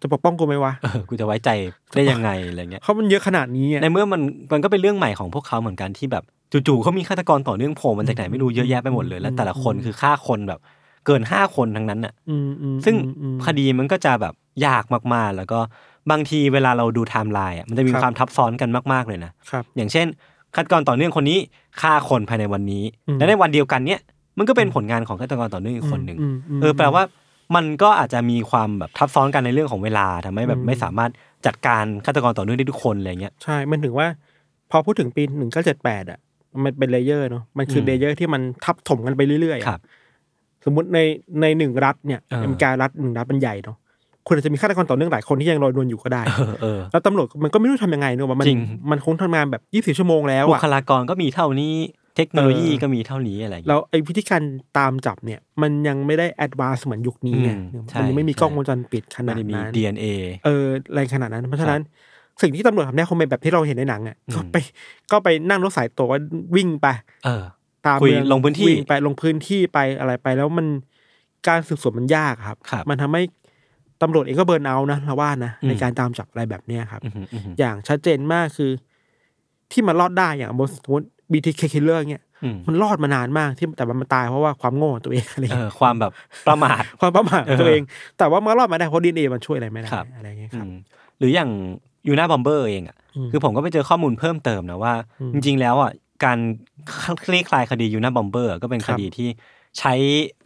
D: จะปกป้องกูไหมวะ
C: เออกูจะไว้ใจได้ยังไงอะไรเงี้ย
D: เขาะมันเยอะขนาดนี้อะ
C: ในเมื่อมันมันก็เป็นเรื่องใหม่ของพวกเขาเหมือนกันที่แบบจู่ๆเขามีฆาตกรต่อเนื่องโผล่มาจากไหนไม่รู้เยอะแยะไปหมดเลย แล้วแต่ละคนคือฆ่าคนแบบ เกินห้าคนทั้งนั้นน่ะ
D: อืมอืม
C: ซึ่ง
D: อืม
C: คดีมันก็จะแบบยากมากๆ แล้วก็บางทีเวลาเราดูไทม์ไลน์อ่ะมันจะมี
D: ครับ
C: ความทับซ้อนกันมากๆเลยนะ
D: ครับ
C: อย่างเช่นฆาตกรต่อเนื่องคนนี้ฆ่าคนภายในวันนี้
D: อืม
C: และในวันเดียวกันเนี้ยมันก็เป็นผลงานของฆาตกรต่อเนื่องอีกคนหนึ่ง
D: มม
C: เออแปลว่ามันก็อาจจะมีความแบบทับซ้อนกันในเรื่องของเวลาทำให้แบบ
D: อืม
C: ไม่สามารถจัดการฆาตกรต่อเนื่องได้ทุกคนอะไรเงี้ย
D: ใช่ มันถึงว่า พอพูดถึงปีหนึ่งเก้าเจ็ดแปดอ่ะ มันเป็นเลเยอร์เนาะ มันคือ
C: ม
D: เลเยอร์ที่มันทับถมกันไปเรื่อยๆอะ
C: ครับ
D: สมมติในในหนึ่งรัฐเนี่ย
C: เออ
D: อเมริการัฐหนึ่งรัฐมันใหญ่เนาะ คุณอาจจะมีฆาตกรต่อเนื่องหลายคนที่ยังลอยนวลอยู่ก็ได้
C: เออเออ
D: แล้วตำรวจมันก็ไม่รู้ทำยังไงเนอะว่ามัน
C: จริง
D: มันคงทำงานแบบยี่สิบชั่วโมงแล้ว
C: บุ
D: อะ
C: คลากรก็มีเท่านี้เทคโนโลยี
D: เออ
C: ก็มีเท่านี้อะไรอย่าง
D: แล้
C: เงี้ย
D: วไอ้วิธีการตามจับเนี่ย มันยังไม่ได้แอดวานซ์เหมือนยุคนี้ไง
C: อืมใช่
D: มันยังไม่มี
C: ใช่
D: กล้องวงจรปิดข
C: ไม่
D: นาด
C: ได้มี
D: นั้น
C: DNA
D: เอออะไรขนาดนั้น เพราะฉะนั้นสิ่งที่ตำรวจทำได้คงเป็นแบบที่เราเห็นในหนังอ่ะก็ไปก็ไปนั่งรถสายตัววิ่งไป
C: เออ
D: ตาม
C: คุย
D: เมือ
C: ลงพื้นที่
D: วิ่ไปลงพื้นที่ไปอะไรไป แล้วมันการสืบสวนมันยากครับ
C: ครับ
D: มันทำให้ตำรวจเองก็เบิร์นเอาท์นะเราว่านะในการตามจับอะไรแบบเนี้ยครับ
C: อือหืออือหือ
D: อย่างชัดเจนมากคือ ที่มันรอดได้อย่างสมมติ BTK killer เนี่ย
C: อืม
D: มันรอดมานานมากที่แต่มันตายเพราะว่าความโง่ของตัวเองอะไร
C: เอ
D: เงี้
C: อ
D: ย
C: ความแบบประมาท
D: ความประมาทของตัว
C: เออ
D: เอง แต่ว่ามันรอดมาได้เพราะดีเอมันช่วยอะไรไม่ได้
C: ครับ
D: อะไรเงี้ยครับ
C: อืมหรืออย่างยูน่าบอมเบอร์เองอ่ะ
D: อืม
C: คือผมก็ไปเจอข้อมูลเพิ่มเติมนะว่า
D: อืม
C: จริง ๆ แล้วอ่ะการคลี่คลายคดียูน่าบอมเบอร์ก็เป็น
D: ค
C: ครับ ดีที่ใช้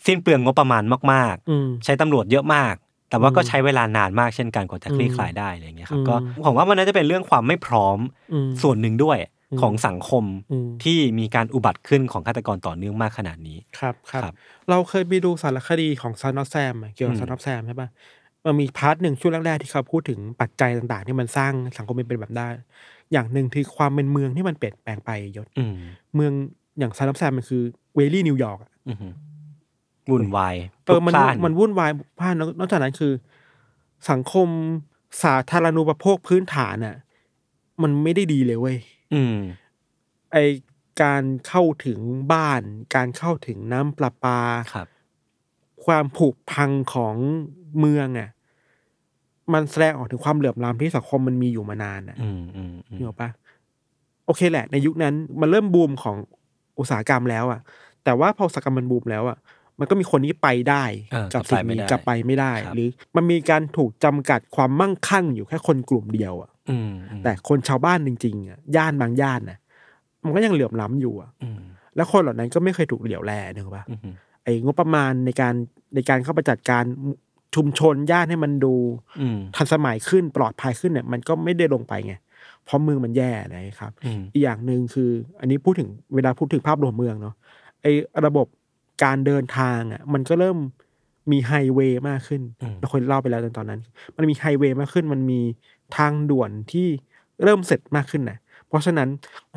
C: สิ้นเปลืองงบประมาณมาก
D: อืม
C: ๆ ใช้ตำรวจเยอะมาก แต่ว่าก็
D: อืม
C: ใช้เวลานานมากเช่นกันกว่าจะคลี่คลายได้อะไรอย่างเงี้ยครับก็
D: อืม
C: ผมว่ามันน่าจะเป็นเรื่องความไม่พร้อม
D: อืม
C: ส่วนหนึ่งด้วย
D: อืม
C: ของสังคม
D: อืม
C: ที่มีการอุบัติขึ้นของฆาตกรต่อเนื่องมากขนาดนี้
D: ครับครับ
C: ครับ
D: เราเคยไปดูสารคดีของซานอแซมเกี่ยวกับ
C: อืม
D: ซานอแซมใช่ปะมันมีพาร์ทหนึ่งช่วงแรกๆที่เขาพูดถึงปัจจัยต่างๆ ที่มันสร้างสังคมเป็นแบบได้ อย่างหนึ่งคือความเป็นเมืองที่มันเปลี่ยนแปลงไปยศ
C: อืม
D: เมืองอย่างซานอแซมมันคือเวลี่นิวยอร์กอะ
C: อือหือวุ่นวาย
D: เออมัน
C: พลุกพล่า
D: มันวุ่นวายพล่านแล้วนอกจากนั้นคือ สังคมสาธารณูปโภคพื้นฐานน่ะมันไม่ได้ดีเลยเว้ย
C: อืม
D: ไอการเข้าถึงบ้าน การเข้าถึงน้ำประปา
C: ครับ
D: ความผุพังของเมืองอ่ะมันแสดงออกถึงความเหลื่อมล้ำที่สังคมมันมีอยู่มานานอ่ะ
C: อืมอืมอืม
D: เห็นกปะโอเคแหละ ในยุคนั้นมันเริ่มบูมของอุตสาหกรรมแล้วอ่ะ แต่ว่าพออุตสาหกรรมมันบูมแล้วอ่ะ มันก็มีคนที่ไปได้
C: เออ
D: กับ
C: กลับไป
D: สิ่ง
C: ไม่
D: นี้
C: ได้
D: กลับไปไม่ได้
C: ครับ
D: หรือมันมีการถูกจำกัดความมั่งคั่งอยู่แค่คนกลุ่มเดียวอ่ะ
C: อืม
D: แต่คนชาวบ้านจริงๆอ่ะย่านบางย่านนะมันก็ยังเหลื่อมล้ำอยู่อ่ะ
C: อืม
D: แล้วคนเหล่านั้นก็ไม่เคยถูกเหลียวแลนึกออกปะ
C: อืม
D: ไอ้งบประมาณในการในการเข้าไปจัดการชุมชนย่านให้มันดู
C: อืม
D: ทันสมัยขึ้นปลอดภัยขึ้นเนี่ยมันก็ไม่ได้ลงไปไงเพราะเมืองมันแย่นะครับ
C: อืม
D: อีกอย่างหนึ่งคือ อันนี้พูดถึงเวลาพูดถึงภาพรวมเมืองเนาะไอ้ระบบการเดินทางอ่ะมันก็เริ่มมีไฮเวย์มากขึ้นเราเคยเล่าไปแล้วตอนนั้น มันมีไฮเวย์มากขึ้น มันมีทางด่วนที่เริ่มเสร็จมากขึ้นนะเพราะฉะนั้น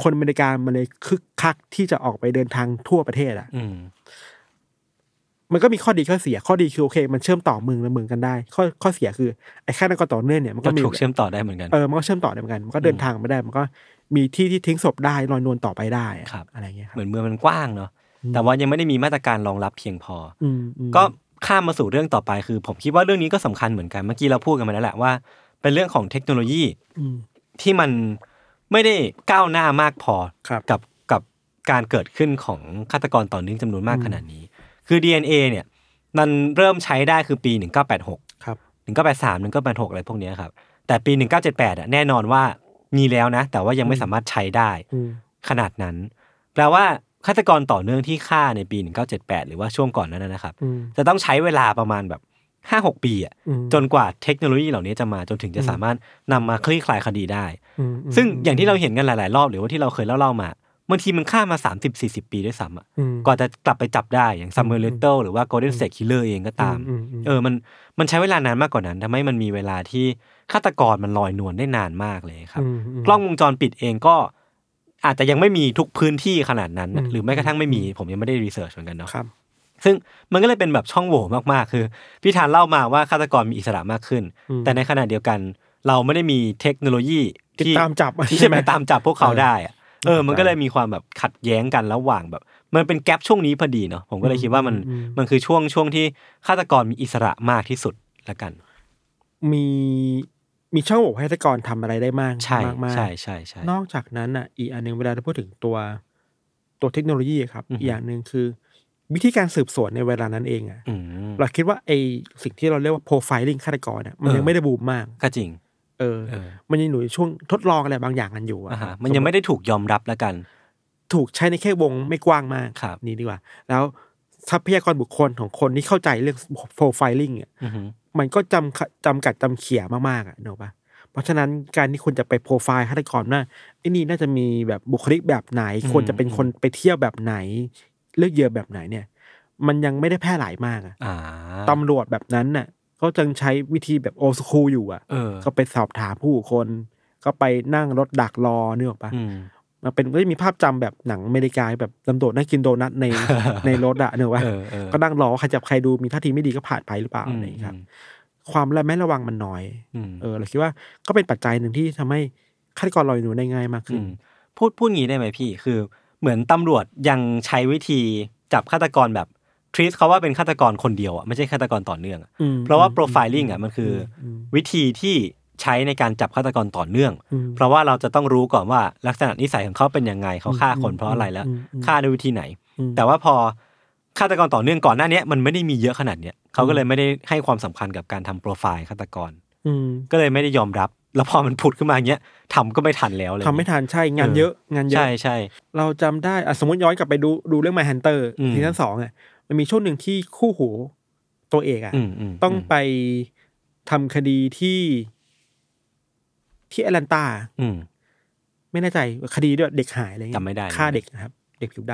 D: คนอเมริกามันเลยคึกคักที่จะออกไปเดินทางทั่วประเทศอ่ะ
C: อืม
D: มันก็มีข้อดีข้อเสียข้อดีคือโอเค มันเชื่อมต่อเมืองและเมืองกันได้ ข้อข้อเสียคือไอ้ฆาตกรต่อเนื่องเนี่ยมัน
C: ก็
D: ก็มี
C: ถูกเชื่อมต่อได้เหมือนกัน
D: เออมันก็เชื่อมต่อได้เหมือนกันมันก็เดินทางไม่ได้มันก็มีที่ที่ทิ้งศพได้ลอยนวลต่อไปได้อะ
C: ครับ
D: อะไรเงี้ยครั
C: เหมือนเมืองมันกว้างเนาะ แต่ว่ายังไม่ได้มีมาตรการรองรับเพียงพออ
D: อืมอืม
C: ก็ข้ามมาสู่เรื่องต่อไปคือ ผมคิดว่าเรื่องนี้ก็สำคัญเหมือนกัน เมื่อกี้เราพูดกันมาแล้วแหละว่า เป็นเรื่องของเทคโนโลยี
D: อืม
C: ที่มันไม่ได้ก้าวหน้ามากพอ
D: ครับ
C: กับกับการเกิดขึ้นของฆาตกรต่อเนื่องจำนวนมากขนาดนี้ คือ DNA เนี่ย มันเริ่มใช้ได้คือปี 1986
D: ครับ
C: หนึ่งเก้าแปดสามหนึ่งเก้าแปดหกอะไรพวกเนี้ยครับ แต่ปีหนึ่งเก้าเจ็ดแปดแน่นอนว่ามีแล้วนะ แต่ว่ายังไม่สามารถใช้ได้
D: อืม
C: ขนาดนั้น แปลว่าฆาตกรต่อเนื่องที่ฆ่าในปีหนึ่งเก้าเจ็ดแปดหรือว่าช่วงก่อนนั้นนะนะครับ
D: อืม
C: จะต้องใช้เวลาประมาณแบบห้าหกปีอะ
D: อืม
C: จนกว่าเทคโนโลยีเหล่านี้จะมาจนถึงจะสามารถนำมาคลี่คลายคดีได้
D: อืมอืม
C: ซึ่งอย่างที่เราเห็นกันหลาย ๆ รอบหรือว่าที่เราเคยเล่าๆมาบางทีมันฆ่ามา 30 40 ปีด้วยซ้ำอะ
D: อืม
C: กว่าจะกลับไปจับได้อย่างซัมเมอร์เลเตหรือว่าโกลเด้นเซคิลเลอร์เองก็ตาม
D: อืมอืม
C: เออ มัน มันใช้เวลานานมากกว่านั้นทำให้มันมีเวลาที่ฆาตกรมันลอยนวลได้นานมากเลยครับ
D: มม
C: กล้องวงจรปิดเองก็อาจจะยังไม่มีทุกพื้นที่ขนาดนั้นน่ะ
D: อืม
C: หรือแม้กระทั่งไม่มี ผมยังไม่ได้รีเสิร์ชเหมือนกันเนาะ
D: ครับ
C: ซึ่งมันก็เลยเป็นแบบช่องโหว่มากๆ คือพี่ธานเล่ามาว่าฆาตกรมีอิสระมากขึ้น
D: อืม
C: แต่ในขณะเดียวกัน เราไม่ได้มีเทคโนโลยี
D: ติดตามจับ
C: ที่
D: ใช่
C: จะ
D: ไหม
C: ไปตามจับพวกเขาได้อะเออ มันก็เลยมีความแบบขัดแย้งกันระหว่างแบบ มันเป็นแกลบช่วงนี้พอดีเนาะผมก็เลยคิดว่ามันมันคือช่วงช่วงที่ฆาตกรมีอิสระมากที่สุดละกัน
D: มีมีช่องโหว่ให้ฆาตกรทำอะไรได้มาก
C: ใช่
D: มากๆ
C: ใช่ใช่ใช่
D: นอกจากนั้นอ่ะอีกอันหนึ่งเวลาเราพูดถึงตัวตัวเทคโนโลยีอะครับ
C: อือฮึ
D: อีกอย่างหนึ่งคือ วิธีการสืบสวนในเวลานั้นเองอ่ะ
C: อืม
D: เราคิดว่าไอสิ่งที่เราเรียกว่า profiling ฆาตกรเนี่ยมัน
C: เออ
D: ยังไม่ได้บูมมาก
C: ก็จริง
D: เออ
C: เออ
D: มันยังอยู่ในช่วงทดลองอะไรบางอย่างกันอยู่อะ
C: อ่าฮะมันยังไม่ได้ถูกยอมรับละกัน
D: ถูกใช้ในแค่วงไม่กว้างมาก
C: ครับ
D: นี่ดีกว่า แล้วทรัพยากรบุคคลของคนที่เข้าใจเรื่อง profiling อ่ะ
C: อือหือ
D: มันก็จำกัดจำกัดจำเขี่ยมากๆอ่ะเนกอะปะเพราะฉะนั้นการที่คุณจะไปโปรไฟล์ฆาตกรว่าไอ้นี่น่าจะมีแบบบุคลิกแบบไหน
C: อืม
D: ควรจะเป็นคนไปเที่ยวแบบไหน เลือกเหยื่อแบบไหนเนี่ย มันยังไม่ได้แพร่หลายมากอะ
C: อ่า
D: ตำรวจแบบนั้นน่ะก็จังใช้วิธีแบบโอสคูอยู่อ่ะ
C: เออ
D: ก็ไปสอบถามผู้คน ก็ไปนั่งรถดักรอเนื้ออกปะ
C: อืม
D: มันเป็นก็จะมีภาพจำแบบหนังอเมริกาแบบตำรวจนั่งกินโดนัทใน ในรถอะเนื้ออกปะ
C: เออเออ
D: ก็นั่งรอว่าใครจะใครดูมีท่าทีไม่ดีก็ผ่านไปหรือเปล่าอะไรอย่างเงี้ยครับ ความระแม่ระวังมันน้อย
C: อืม
D: เออเราคิดว่าก็เป็นปัจจัยหนึ่งที่ทำให้ฆาตกรลอยนวลได้ง่ายมากขึ้น
C: มพูดพูดงี้ได้ไหมพี่ คือ เหมือนตำรวจยังใช้วิธีจับฆาตกรแบบทรีตเขาว่าเป็นฆาตกรคนเดียวอ่ะไม่ใช่ฆาตกรต่อเนื่องอะ
D: อืม
C: เพราะว่าโปร
D: อืม
C: ไฟลิ่งอ่ะมันคืออ
D: ม
C: วิธีที่ใช้ในการจับฆาตกรต่อเนื่อง
D: อืม
C: เพราะว่าเราจะต้องรู้ก่อนว่าลักษณะนิสัยของเขาเป็นยังไงเขาฆ่าคน
D: อืม
C: เพราะอะไรแล้ว
D: อืมอืม
C: ฆ่าด้วยวิธีไหน
D: อืม
C: แต่ว่าพอฆาตกรต่อเนื่องก่อนหน้าเนี้ยมันไม่ได้มีเยอะขนาดเนี้ยเขาก็เลยไม่ได้ให้ความสำคัญกับการทำโปรไฟล์ฆาตกร
D: อืม
C: ก็เลยไม่ได้ยอมรับ แล้วพอมันผุดขึ้นมาอย่างเงี้ยทำก็ไม่ทันแล้วเลย
D: ทำไม่ทันใช่งานเยอะงานเยอะ
C: ใช่ใช่
D: เราจำได้อ่ะสมมติย้อนกลับไปดูดูเรื่อง My Hunter
C: อืม
D: ซีซั่นสองอ่ะมันมีช่วงหนึ่งที่คู่หูตัวเอกอ่ะ
C: อืมม
D: ต้องไปทำคดีที่ ที่แอตแลนตา
C: อืม
D: ไม่แน่ใจคดีด้วยเด็กหายอะไรเงี้ย
C: จำไม่ได้
D: ฆ่าเด็กนะครับ เด็กผิวด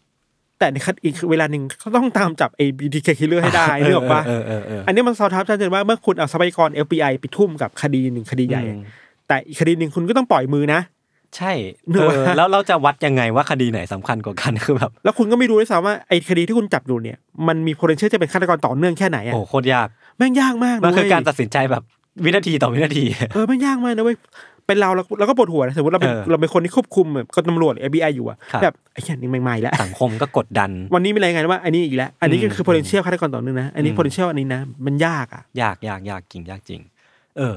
D: ำแต่ในคัดอีกเวลาหนึ่งเขาต้องตามจับไอ้บีดีเคคิลเลอร์ให้ ได้เรื่องปะ
C: เออเออเออเออ
D: อันนี้มันสอดทับชัดเจนว่าเมื่อคุณเอาทรัพยากร FBI ไปทุ่มกับคดีหนึ่งคดีใหญ่
C: อืม
D: แต่อีกคดีหนึ่งคุณก็ต้องปล่อยมือนะ
C: ใช่
D: เน
C: เอ
D: อะ
C: อแล้วเราจะวัดยังไงว่าคดีไหนสำคัญกว่ากัน คือแบบ
D: แล้วคุณก็ไม่รู้ด้วยซ้ำว่าไอ้คดีที่คุณจับอยู่เนี่ย มันมี potential จะเป็นฆาตกรต่อเนื่องแค่ไหนอะ
C: โอ้โหโคตรยาก
D: แม่งยากมาก
C: มัน
D: นะ
C: คือ
D: เว้ย
C: การตัดสินใจแบบวินาทีต่อวินา ที
D: เออแม่งยากมากนะเว้ยเป็นเราเราเราก็ปวดหัวนะสมมติเราเป็น
C: เออ
D: เราเป็นคนที่ควบคุมแบบก็ตำรวจ FBI อยู่อะ
C: ครับ
D: แบบไอ้เหี้ยนี่ใหม่ๆแล้ว
C: สังคมก็กดดัน
D: วันนี้มีรายงานว่าอันนี้อีกแล้ว อันนี้ก็คือ
C: อืม
D: potential ฆาตกรต่อเนื่องนะ อันนี้
C: อืม
D: potential อันนี้นะ มันยากอ่ะ
C: ยากยากยากจริงยากจริง เออ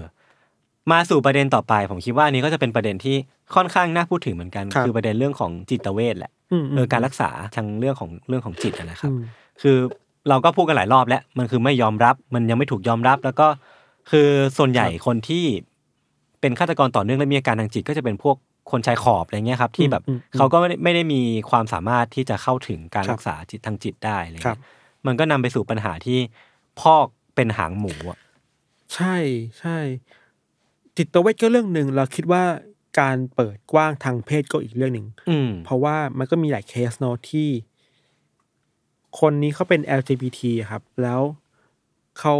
C: มาสู่ประเด็นต่อไป ผมคิดว่าอันนี้ก็จะเป็นประเด็นที่ค่อนข้างน่าพูดถึงเหมือนกัน
D: ครับ
C: อประเด็นเรื่องของจิตเวชแหละ
D: อืม
C: เออการรักษาทางเรื่องของเรื่องของจิตอะนะครับ
D: อืม
C: คือเราก็พูดกันหลายรอบแล้ว มันคือไม่ยอมรับ มันยังไม่ถูกยอมรับ แล้วก็คือส่วนใหญ่คนที่เป็นฆาตกรต่อเนื่องและมีอาการทางจิตก็จะเป็นพวกคนชายขอบอะไรเงี้ยครับ ที่แบบเขาก็ไม่ได้ไม่ได้มีความสามารถที่จะเข้าถึงการรักษาจิตทางจิตได้อะไร
D: ครั
C: เงี้
D: บ
C: ยมันก็นำไปสู่ปัญหาที่พอกเป็นหางหมูอะ
D: ใช่ใช่จิตเวชก็เรื่องหนึ่งเราคิดว่าการเปิดกว้างทางเพศก็อีกเรื่องหนึ่ง
C: อืม
D: เพราะว่ามันก็มีหลายเคสเนาะที่ คนนี้เขาเป็น LGBT อะครับ แล้วเขา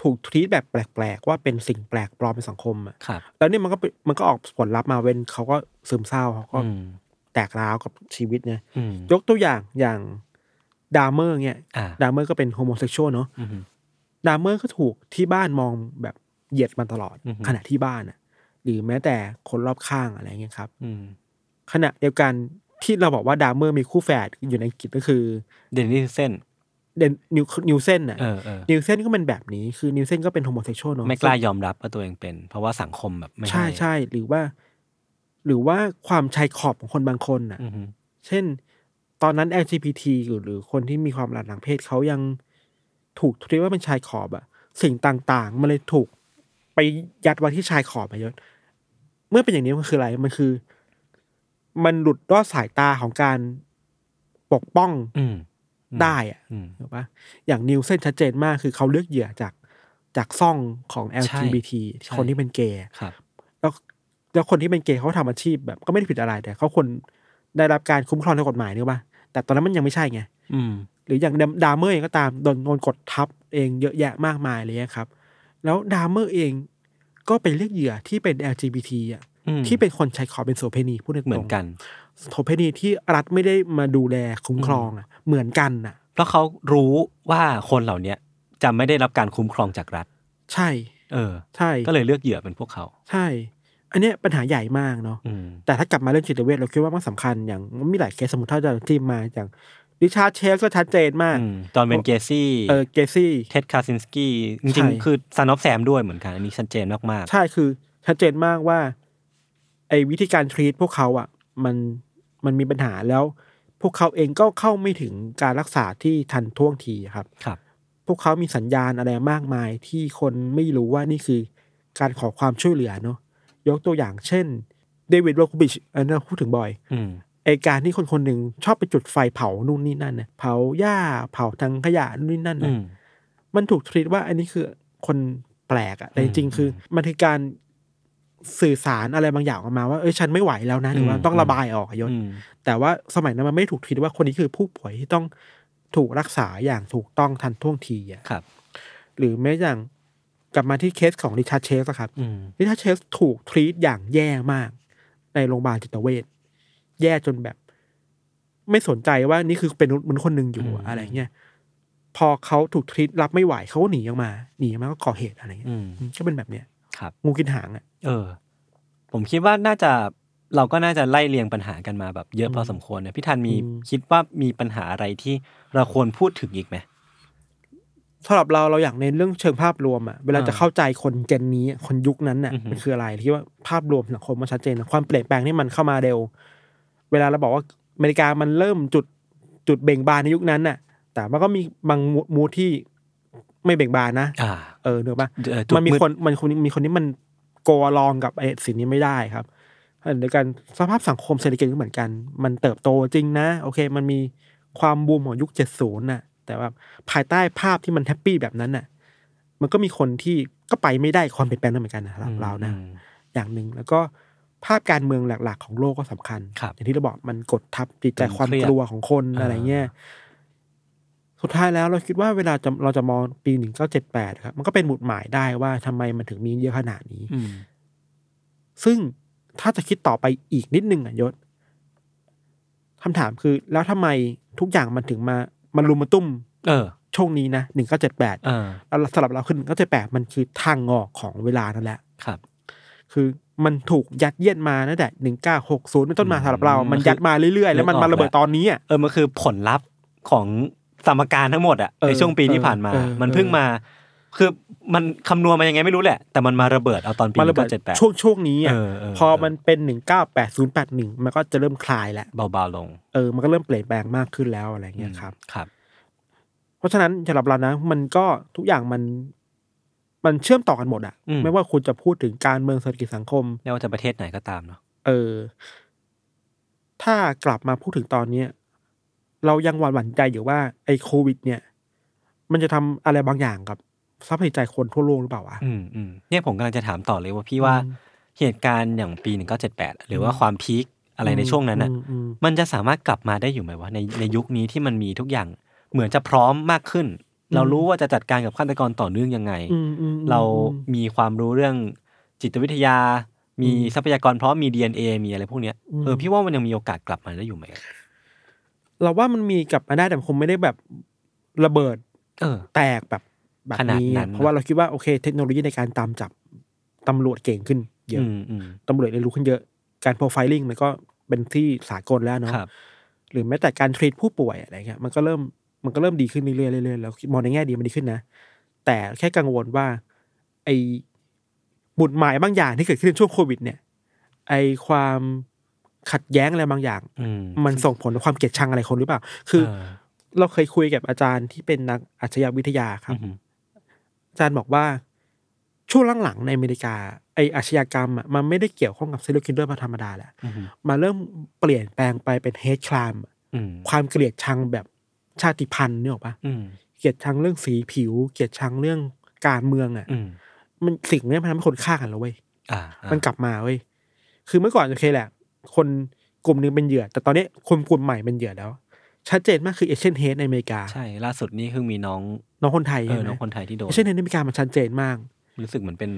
D: ถูกทีตแบบแปลกๆ ว่าเป็นสิ่งแปลกปลอมในสังคมอะ
C: ครับ
D: แล้วเนี่ยมันก็เป็นมันก็ออกผลลัพธ์มาเว้นเขาก็ซึมเศร้าเขาก็
C: อืม
D: แตกร้าวกับชีวิตเนี่ย
C: อืม
D: ยกตัวอย่างอย่างดามเมอร์เนี่ย
C: อ่า
D: ดามเมอร์ก็เป็นโฮโมเซ็กชวลเนาะ
C: อืม
D: ดามเมอร์ก็ถูกที่บ้านมองแบบเหยียดมาตลอด
C: อือฮึ
D: ขณะที่บ้านอ่ะ หรือแม้แต่คนรอบข้างอะไรเงี้ยครับ
C: อืม
D: ขณะเดียวกันที่เราบอกว่าดามเมอร์มีคู่แฝดอยู่ในอังกฤษก็คือ
C: เดนนี่เซน
D: เดนนิวนิวเซนน่ะ
C: เออเออ
D: นิวเซนก็เป็นแบบนี้คือนิวเซนก็เป็นโฮโมเซ็กชวลเนาะ
C: ไม่กล้ายอมรับว่าตัวเองเป็น เพราะว่าสังคมแบบไม่
D: ใช่ใช่หรือว่า หรือว่าความชายขอบของคนบางคนน่ะ
C: อืม
D: เช่น ตอนนั้น LGBT หรือหรือคนที่มีความหลากหลายทางเพศเขายังถูกทีว่าเป็นชายขอบอะสิ่งต่างๆ มันเลยถูกไปยัดไว้ที่ชายขอบไปยศเมื่อเป็นอย่างนี้มันคืออะไร มันคือ มันหลุดรอดสายตาของการปกป้อง
C: อืม
D: ได้อะ
C: อืม
D: ถูกปะอย่างนิวเส้นชัดเจนมากคือเขาเลือกเหยื่อจากจากซ่องของ LGBT
C: ใช่
D: คนที่เป็นเกย์
C: ครับ
D: แล้วแล้วคนที่เป็นเกย์เขาทำอาชีพแบบก็ไม่ได้ผิดอะไรแต่เขาควรได้รับการคุ้มครองทางกฎหมายนี่ป่ะแต่ตอนนั้นมันยังไม่ใช่ไง
C: อืม
D: หรืออย่างดามเมอร์เองก็ตามโดนโดนกดทับเองเยอะแยะมากมายเลยอะครับ แล้วดามเมอร์เองก็ไปเลือกเหยื่อที่เป็น LGBT อ่ะ
C: อืม
D: ที่เป็นคนชายขอบเป็นโสเภณีพูดตรงๆ
C: เหมือนกัน
D: โสเภณีที่รัฐไม่ได้มาดูแลคุ้มครองอ่ะเหมือนกันน่ะ
C: เพราะเขารู้ว่าคนเหล่าเนี้ยจะไม่ได้รับการคุ้มครองจากรัฐ
D: ใช่
C: เออ
D: ใช่
C: ก็เลยเลือกเหยื่อเป็นพวกเขา
D: ใช่ อันเนี้ยปัญหาใหญ่มากเนาะ
C: อืม
D: แต่ถ้ากลับมาเรื่องจิตเวชเราคิดว่ามันสำคัญอย่างมันมีหลายเคสสมมติถ้าเราจิ้มมาอย่างริชาร์ดเชฟก็ชัดเจนมาก
C: อืมจอห์นเบนเกซี่
D: เออเกซี่
C: เท็ดคาซินสกี้จ
D: ใช่
C: ริงๆ คือซานอฟแซมด้วยเหมือนกัน อันนี้ชัดเจนมาก
D: ใช่คือชัดเจนมากว่า ไอ้วิธีการทรีตพวกเขาอ่ะ มันมันมีปัญหาแล้ว พวกเขาเองก็เข้าไม่ถึงการรักษาที่ทันท่วงทีครับ
C: ๆ ครับ
D: พวกเขามีสัญญาณอะไรมากมายที่คนไม่รู้ว่านี่คือการขอความช่วยเหลือเนาะยกตัวอย่างเช่นเดวิดโรคูบิชอันนี้เราพูดถึงบ่อย
C: อืม
D: ไอการที่คนคนหนึ่งชอบไปจุดไฟเผานู่นนี่นั่นนะเผาหญ้าเผาทางขยะนู่นนี่นั่น
C: อื
D: นะ
C: ม
D: มันถูกทรีตว่าอันนี้คือคนแปลกอะแต่จริงๆคือ มันคือการสื่อสารอะไรบางอย่างออกมาว่าเอ้ยฉันไม่ไหวแล้วนะหรือว่า
C: อืม
D: ต้องระบายออกอะยศ
C: อืม
D: แต่ว่าสมัยนั้นมันไม่ถูกทรีตว่าคนนี้คือผู้ป่วยที่ต้องถูกรักษาอย่างถูกต้องทันท่วงทีอะ
C: ครับ
D: หรือแม้อย่างกลับมาที่เคสของริชาร์ดเชฟอะครับ
C: อืม
D: นี่ถ้าเชฟถูกทรีตอย่างแย่มาก ในโรงพยาบาลจิตเวชแย่จนแบบ ไม่สนใจว่านี่คือเป็นมนุษย์คนหนึ่งอยู่
C: อืม
D: อะไรเงี้ยพอเขาถูกทรีตรับไม่ไหวเขาก็หนีออกมาหนีออกมาก็ก่อเหตุอะไรเงี้ย
C: อืม
D: อืมก็เป็นแบบเนี้ย
C: ครับ
D: งูกินหางอ่ะ
C: เออ ผมคิดว่าน่าจะเราก็น่าจะไล่เรียงปัญหากันมาแบบเยอะพอสมควรนะพี่ทันมี
D: อืม
C: คิดว่ามีปัญหาอะไรที่เราควรพูดถึงอีกไหม
D: สำหรับเราเราอยากเน้นเรื่องเชิงภาพรวมอ่ะเวลา
C: อ่า
D: จะเข้าใจคนเจนนี้คนยุคนั้นน่ะ
C: อือหือ
D: มันคืออะไรที่ว่าภาพรวมสังคมมันชัดเจนนะความเปลี่ยนแปลงนี่มันเข้ามาเร็ว เวลาเราบอกว่าอเมริกามันเริ่มจุดจุดเบ่งบานในยุคนั้นน่ะ แต่มันก็มีบางมูดที่ไม่เบ่งบานนะ
C: อ่า
D: เออเนอะปะ
C: เอ่อจุด
D: มันมี
C: ด
D: คนมันคนมีคนนี้มันโกลองกับไอ้สิ่งนี้ไม่ได้ครับอันเดียวกันสภาพสังคมเศรษฐกิจก็เหมือนกัน มันเติบโตจริงนะโอเค มันมีความบูมของยุคเจ็ดศูนย์น่ะ แต่ว่าภายใต้ภาพที่มันแฮปปี้แบบนั้นน่ะ มันก็มีคนที่ก็ไปไม่ได้ความเปลี่ยนแปลงนั้นเหมือนกันนะสำหรับเรานะ
C: อืม
D: อย่างหนึ่งแล้วก็ภาพการเมืองหลัก ๆ ของโลกก็สำคัญ
C: ครับ
D: อย่างที่เราบอกมันกดทับจิตใจ
C: ตึงเครียด
D: ความกลัวของคน
C: อ่า
D: อะไรเงี้ยสุดท้ายแล้วเราคิดว่าเวลาจะเราจะมองปีหนึ่งเก้าเจ็ดแปดครับ มันก็เป็นหมุดหมายได้ว่าทำไมมันถึงมีเยอะขนาดนี้
C: อืม
D: ซึ่งถ้าจะคิดต่อไปอีกนิดนึงอ่ะยศคำถามคือ แล้วทำไมทุกอย่างมันถึงมามันรุมมาตุ้ม
C: เออ
D: ช่วงนี้นะหนึ่งเก้าเจ็ดแปด
C: เออ
D: แล้วสำหรับเราคือหนึ่งเก้าเจ็ดแปดมันคือทางออกของเวลานั่นแหละ
C: ครับ
D: คือมันถูกยัดเยียดมาตั้งแต่หนึ่งเก้าหกศูนย์เป็นต้นมา
C: อืม
D: สำหรับเรา มัน
C: มันคือ
D: ยัดมาเรื่อยๆ แล้วมัน
C: นึกอ
D: มา
C: อก
D: ระเบิดตอนนี้อ่ะ
C: เออ มันคือผลลัพธ์ของสมการทั้งหมดอะ
D: เออ
C: ในช่วงปีที่ผ่านมา
D: เออเออ
C: มันเพิ่งมา คือมันคำนวณมายังไงไม่รู้แหละ แต่มันมาระเบิดเอาตอนปี
D: มันระเบิด
C: เจ็ดแปด
D: ช่วงช่วงนี้อ่ะ
C: เออเออ
D: พอมันเป็นหนึ่งเก้าแปดศูนย์แปดหนึ่งมันก็จะเริ่มคลายแล้ว
C: เบาๆลง
D: เออ มันก็เริ่มเปลี่ยนแปลงมากขึ้นแล้วอะไรเงี้ยครับ
C: ครับ
D: เพราะฉะนั้นสำหรับเรานะมันก็ทุกอย่างมันมันเชื่อมต่อกันหมดอ่ะ
C: อืม
D: ไม่ว่าคุณจะพูดถึงการเมืองเศรษฐกิจสังคม
C: ไม่ว่าจะประเทศไหนก็ตามเนาะ
D: เออ ถ้ากลับมาพูดถึงตอนเนี้ยเรายังหวั่นหวั่นใจอยู่ว่าไอ้โควิด เนี่ย มันจะทำอะไรบางอย่างกับสภาพจิตใจคนทั่วโลกหรือเปล่าวะ
C: อืมอืมเนี่ยผมกำลังจะถามต่อเลยว่าพี่ว่า
D: อืม
C: เหตุการณ์อย่างปีหนึ่งเก้าเจ็ดแปดหรือว่าความพีคอะไรในช่วงนั้นน่ะ
D: อืมอืม
C: มันจะสามารถกลับมาได้อยู่ไหมวะในในยุคนี้ที่มันมีทุกอย่างเหมือนจะพร้อมมากขึ้น เรารู้ว่าจะจัดการกับฆาตกรต่อเนื่องยังไง
D: อืมอืมอืม
C: เรา
D: อืม
C: มีความรู้เรื่องจิตวิทยา มีทรัพยากรพร้อมมี DNA มีอะไรพวกเนี้ย
D: อืม
C: เออพี่ว่ามันยังมีโอกาสกลับมาได้อยู่ไหม
D: เราว่ามันมีกลับมาได้แต่มันคงไม่ได้แบบระเบิด
C: เออ
D: แตกแบบแบบ
C: ขนาด
D: นี้
C: นั้
D: อะ
C: น
D: เพราะว่าเราคิดว่าโอเค เทคโนโลยีในการตามจับตำรวจเก่งขึ้นเยอะ
C: อืมอืม
D: ตำรวจเรียนรู้ขึ้นเยอะ การโปรไฟลิ่งมันก็เป็นที่สากลแล้วเนาะ
C: ครับ
D: หรือแม้แต่การทรีตผู้ป่วยอะไรเงี้ยมันก็เริ่มมันก็เริ่มดีขึ้นเรื่อยๆเรื่อยๆแล้วมองในแง่ดีมันดีขึ้นนะ แต่แค่กังวลว่า ไอบุตหมายบางอย่างที่เกิดขึ้นในช่วงโควิด เนี่ย ไอความขัดแย้งอะไรบางอย่าง
C: อืม
D: มันส่งผลต่อความเกลียดชังอะไรคนหรือเปล่า คือ
C: เออ
D: เราเคยคุยกับอาจารย์ที่เป็นนักอาชญาวิทยาครับ
C: อืม
D: อาจารย์บอกว่าช่วงหลังๆในอเมริกา ไออาชญากรรมอะมันไม่ได้เกี่ยวข้องกับซีรีส์คินเดอร์ธรรมดาแล้ว
C: อืม
D: มันเริ่มเปลี่ยนแปลงไปเป็นเฮดคลาม
C: อืม
D: ความเกลียดชังแบบชาติพันธุ์เนี่ยหรอกปะ
C: อืม
D: เกลียดชังเรื่องสีผิว เกลียดชังเรื่องการเมืองอ่ะ
C: อืม
D: มันสิ่งเนี้ยมันทำให้คนฆ่ากันแล้วเว้ย
C: อ่าอ่า
D: มันกลับมาเว้ย คือเมื่อก่อนโอเคแหละ คนกลุ่มหนึงเป็นเหยื่อ แต่ตอนเนี้ยคนกลุ่มใหม่เป็นเหยื่อแล้ว ชัดเจนมากคือเอเชียนเฮดในอเมริกา
C: ใช่ล่าสุดนี่เพิ่งมีน้อง
D: น้องคนไทย
C: เออ
D: ใช่ไหม
C: น้องคนไทยที่โด
D: เอน เชียนเฮดในอเมริกามันชัดเจนมาก
C: รู้สึกเหมือนเป็น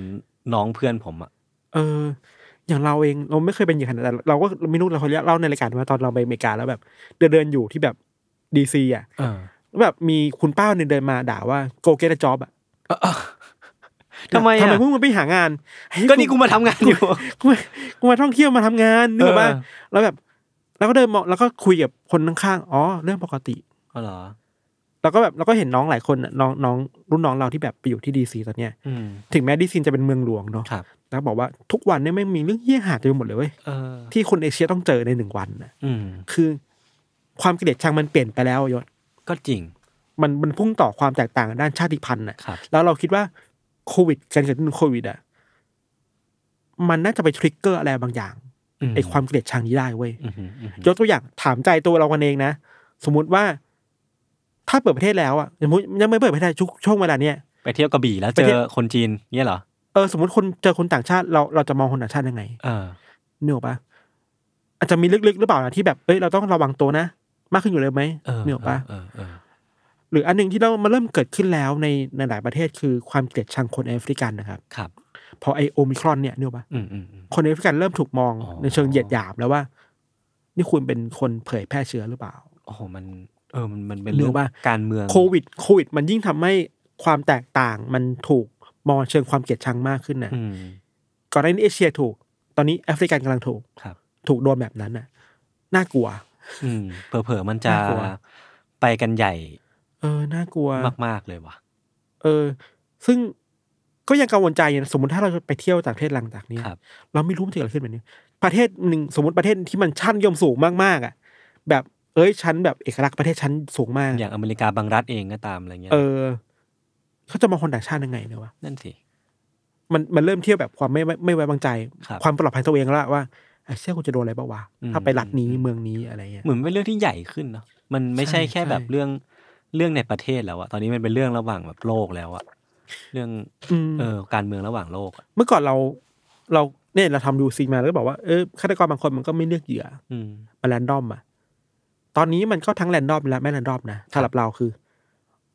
C: น้องเพื่อนผมอะ
D: เออ อย่างเราเองเราไม่เคยเป็นเหยื่อขนาดนั้นแต่เราก็ไม่รู้เราเคยเล่าในรายการว่าตอนเราไปอเมริกาแล้วแบบ เดินเดินๆอยู่ที่แบบดีซีอ่ะ
C: เออ
D: แบบมีคุณป้าคนหนึ่งเดินมาด่าว่าโกเกตจ็อบอ่ะ
C: ทำไมอะ
D: ทำไมพวกมึงไปหางานเฮ้ย
C: ก็นี่กูมาทำงานอยู่
D: กูมากูมาท่องเที่ยวมาทำงานนึกออกปะ
C: เออ
D: แล้วแบบ แล้วก็เดินมองแล้วก็คุยกับคนข้างๆอ๋อเรื่องปกติ
C: อ๋อเหรอ
D: แล้วก็แบบเราก็เห็นน้องหลายคนน่ะน้องน้องรุ่นน้องเราที่แบบไปอยู่ที่ดีซีตอนเนี้ย
C: อืม
D: ถึงแม้ดีซีจะเป็นเมืองหลวงเนาะ
C: ครับ
D: แล้วบอกว่าทุกวันเนี่ยไม่งมีเรื่องเหี้ยหาเต็มไปหมดเลยเว้ย
C: เออ
D: ที่คนเอเชียต้องเจอในหนึ่งวันนะ
C: อืม
D: คือ ความเกลียดชังมันเปลี่ยนไปแล้วยศ
C: ก็จริง
D: มันมันพุ่งต่อความแตกต่างด้านชาติพันธุ์น่ะ
C: ครับ
D: แล้วเราคิดว่าโควิดการเกิดขึ้นของโควิดอ่ะมันน่าจะไปทริกเกอร์อะไรบางอย่างไอ้ความเกลียดชังนี้ได้เว้ย
C: อืมอืมอืม
D: ยกตัวอย่างถามใจตัวเรากันเองนะสมมุติว่า ถ้าเปิดประเทศแล้วอ่ะสมมติยังไม่เปิดประเทศช่วงช่วงเวลาเนี้ย
C: ไปเที่ยวกระบี่แล้ว
D: ไป
C: เจ
D: เที่
C: อ
D: ยว
C: คนจีนเนี่ยเหรอ
D: เออสมมติคนเจอคนต่างชาติเราเราจะมองคนต่างชาติยังไง
C: เออ
D: เนกออกปะอาจจะมีลึกๆหรือเปล่านะที่แบบเอ้ยเราต้องระวังตัวนะ มากขึ้นอยู่เลยไหม
C: เออ
D: เนกออกปะ
C: เออเออ
D: หรืออันหนึ่งที่เรามาเริ่มเกิดขึ้นแล้วในในหลายประเทศคือความเกลียดชังคนแอฟริกันนะครับ
C: ครับ
D: พอไอโอมิครอนเนี่ยเนกออกปะ
C: อืมอืมอืม
D: คนในอฟริกันเริ่มถูกมอง
C: อ๋อ
D: ในเชิงเหยียดหยามแล้วว่า นี่คุณเป็นคนเผยแพร่เชื้อหรือเปล่า
C: โอ้โหมัน เออ มันมันเป็น
D: หรื
C: เรื่อ
D: อง ว่า
C: การเมือง
D: โควิดโควิด มันยิ่งทำให้ความแตกต่าง มันถูกมองเชิงความเกลียดชังมากขึ้นนะ
C: อืม
D: ก่อนหน้านี้เอเชียถูก ตอนนี้แอฟริกันกำลังถูก
C: ครับ
D: ถูกโดนแบบนั้นน่ะ น่ากลัว
C: อืมเผลอๆมันจะ
D: น่ากลัว
C: ไปกันใหญ่
D: เออน่ากลัว
C: มากๆเลยว่ะ
D: เออ ซึ่งก็ยังกังวลใจอยู่นะสมมติถ้าเราจะไปเที่ยวต่างประเทศหลังจากนี้
C: ครับ
D: เราไม่รู้มันจะเกิดอะไรขึ้นแบบนี้ ประเทศหนึ่งสมมติประเทศที่มันชั้นยมสูงมากๆอ่ะ แบบเอ้ยชั้นแบบเอกลักษณ์ประเทศชั้นสูงมาก
C: อย่างอเมริกาบางรัฐเองก็ตามอะไรเงี้ย
D: เออเขาจะมองคนต่างชาติยังไงเนี่ยวะ
C: นั่นสิ
D: มันมันเริ่มเที่ยวแบบความไม่ไม่ไม่ไว้วางใจ
C: ครับ
D: ความปลอดภัยตัวเองแล้วอะว่าไอ้เชี่ยกูจะโดนอะไรบ้างวะ
C: อืม
D: ถ้าไปรัฐนี้เมืองนี้อะไรเงี้ย
C: เหมือนเป็นเรื่องที่ใหญ่ขึ้นเนาะ มันไม่ใช่
D: ใช่
C: แค่แบบ
D: ใช่
C: เรื่องเรื่องในประเทศแล้วอะตอนนี้มันเป็นเรื่องระหว่างแบบโลกแล้วอะเรื่อง
D: อืม
C: เออการเมืองระหว่างโลกอะ
D: เมื่อก่อนเรา เราเนี่ยเราทำดูซีมาแล้วก็บอกว่าเออฆาตกรบางคนมันก็ไม่เลือกเหยื่อ
C: อืม
D: มันแรนดอมอะตอนนี้มันก็ทั้งแรนดอมและไม่แรนดอมนะสำหรับเราคือ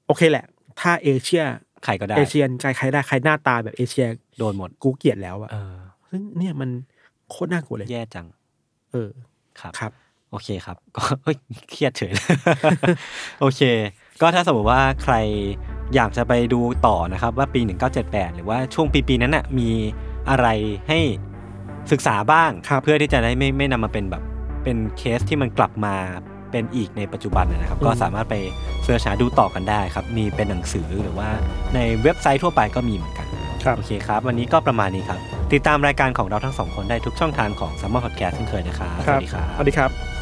D: โอเคแหละ ถ้าเอเชีย
C: ใครก็ได้
D: เอเชียนใครใครได้ใครหน้าตาแบบเอเชีย
C: โดนหมด
D: กูเกลียดแล้วอะ
C: เออ
D: ซึ่งเนี่ยมันโคตรน่ากลัวเลย
C: แย่จัง
D: เออ
C: ครับ
D: ครับ
C: โอเคครับ ก็เฮ้ยเครียดเฉย เลย โอเค ก็ถ้าสมมติว่าใครอยากจะไปดูต่อนะครับ ว่าปี 1978 หรือว่าช่วงปีปีนั้นน่ะมีอะไรให้ศึกษาบ้าง
D: ครับ
C: เพื่อที่จะได้ไม่ไม่นำมาเป็นแบบเป็นเคสที่มันกลับมาเป็นอีกในปัจจุบันนะนะครับ ก็สามารถไปเสิร์ชหาดูต่อกันได้ครับ มีเป็นหนังสือหรือว่าในเว็บไซต์ทั่วไปก็มีเหมือนกัน
D: ครับ
C: โอเคครับ วันนี้ก็ประมาณนี้ครับ ติดตามรายการของเราทั้งสองคนได้ทุกช่องทางของ s ัมมอร์พอดแคสต์เช่นเคยนะครับ
D: ครับ สวัสดีครับ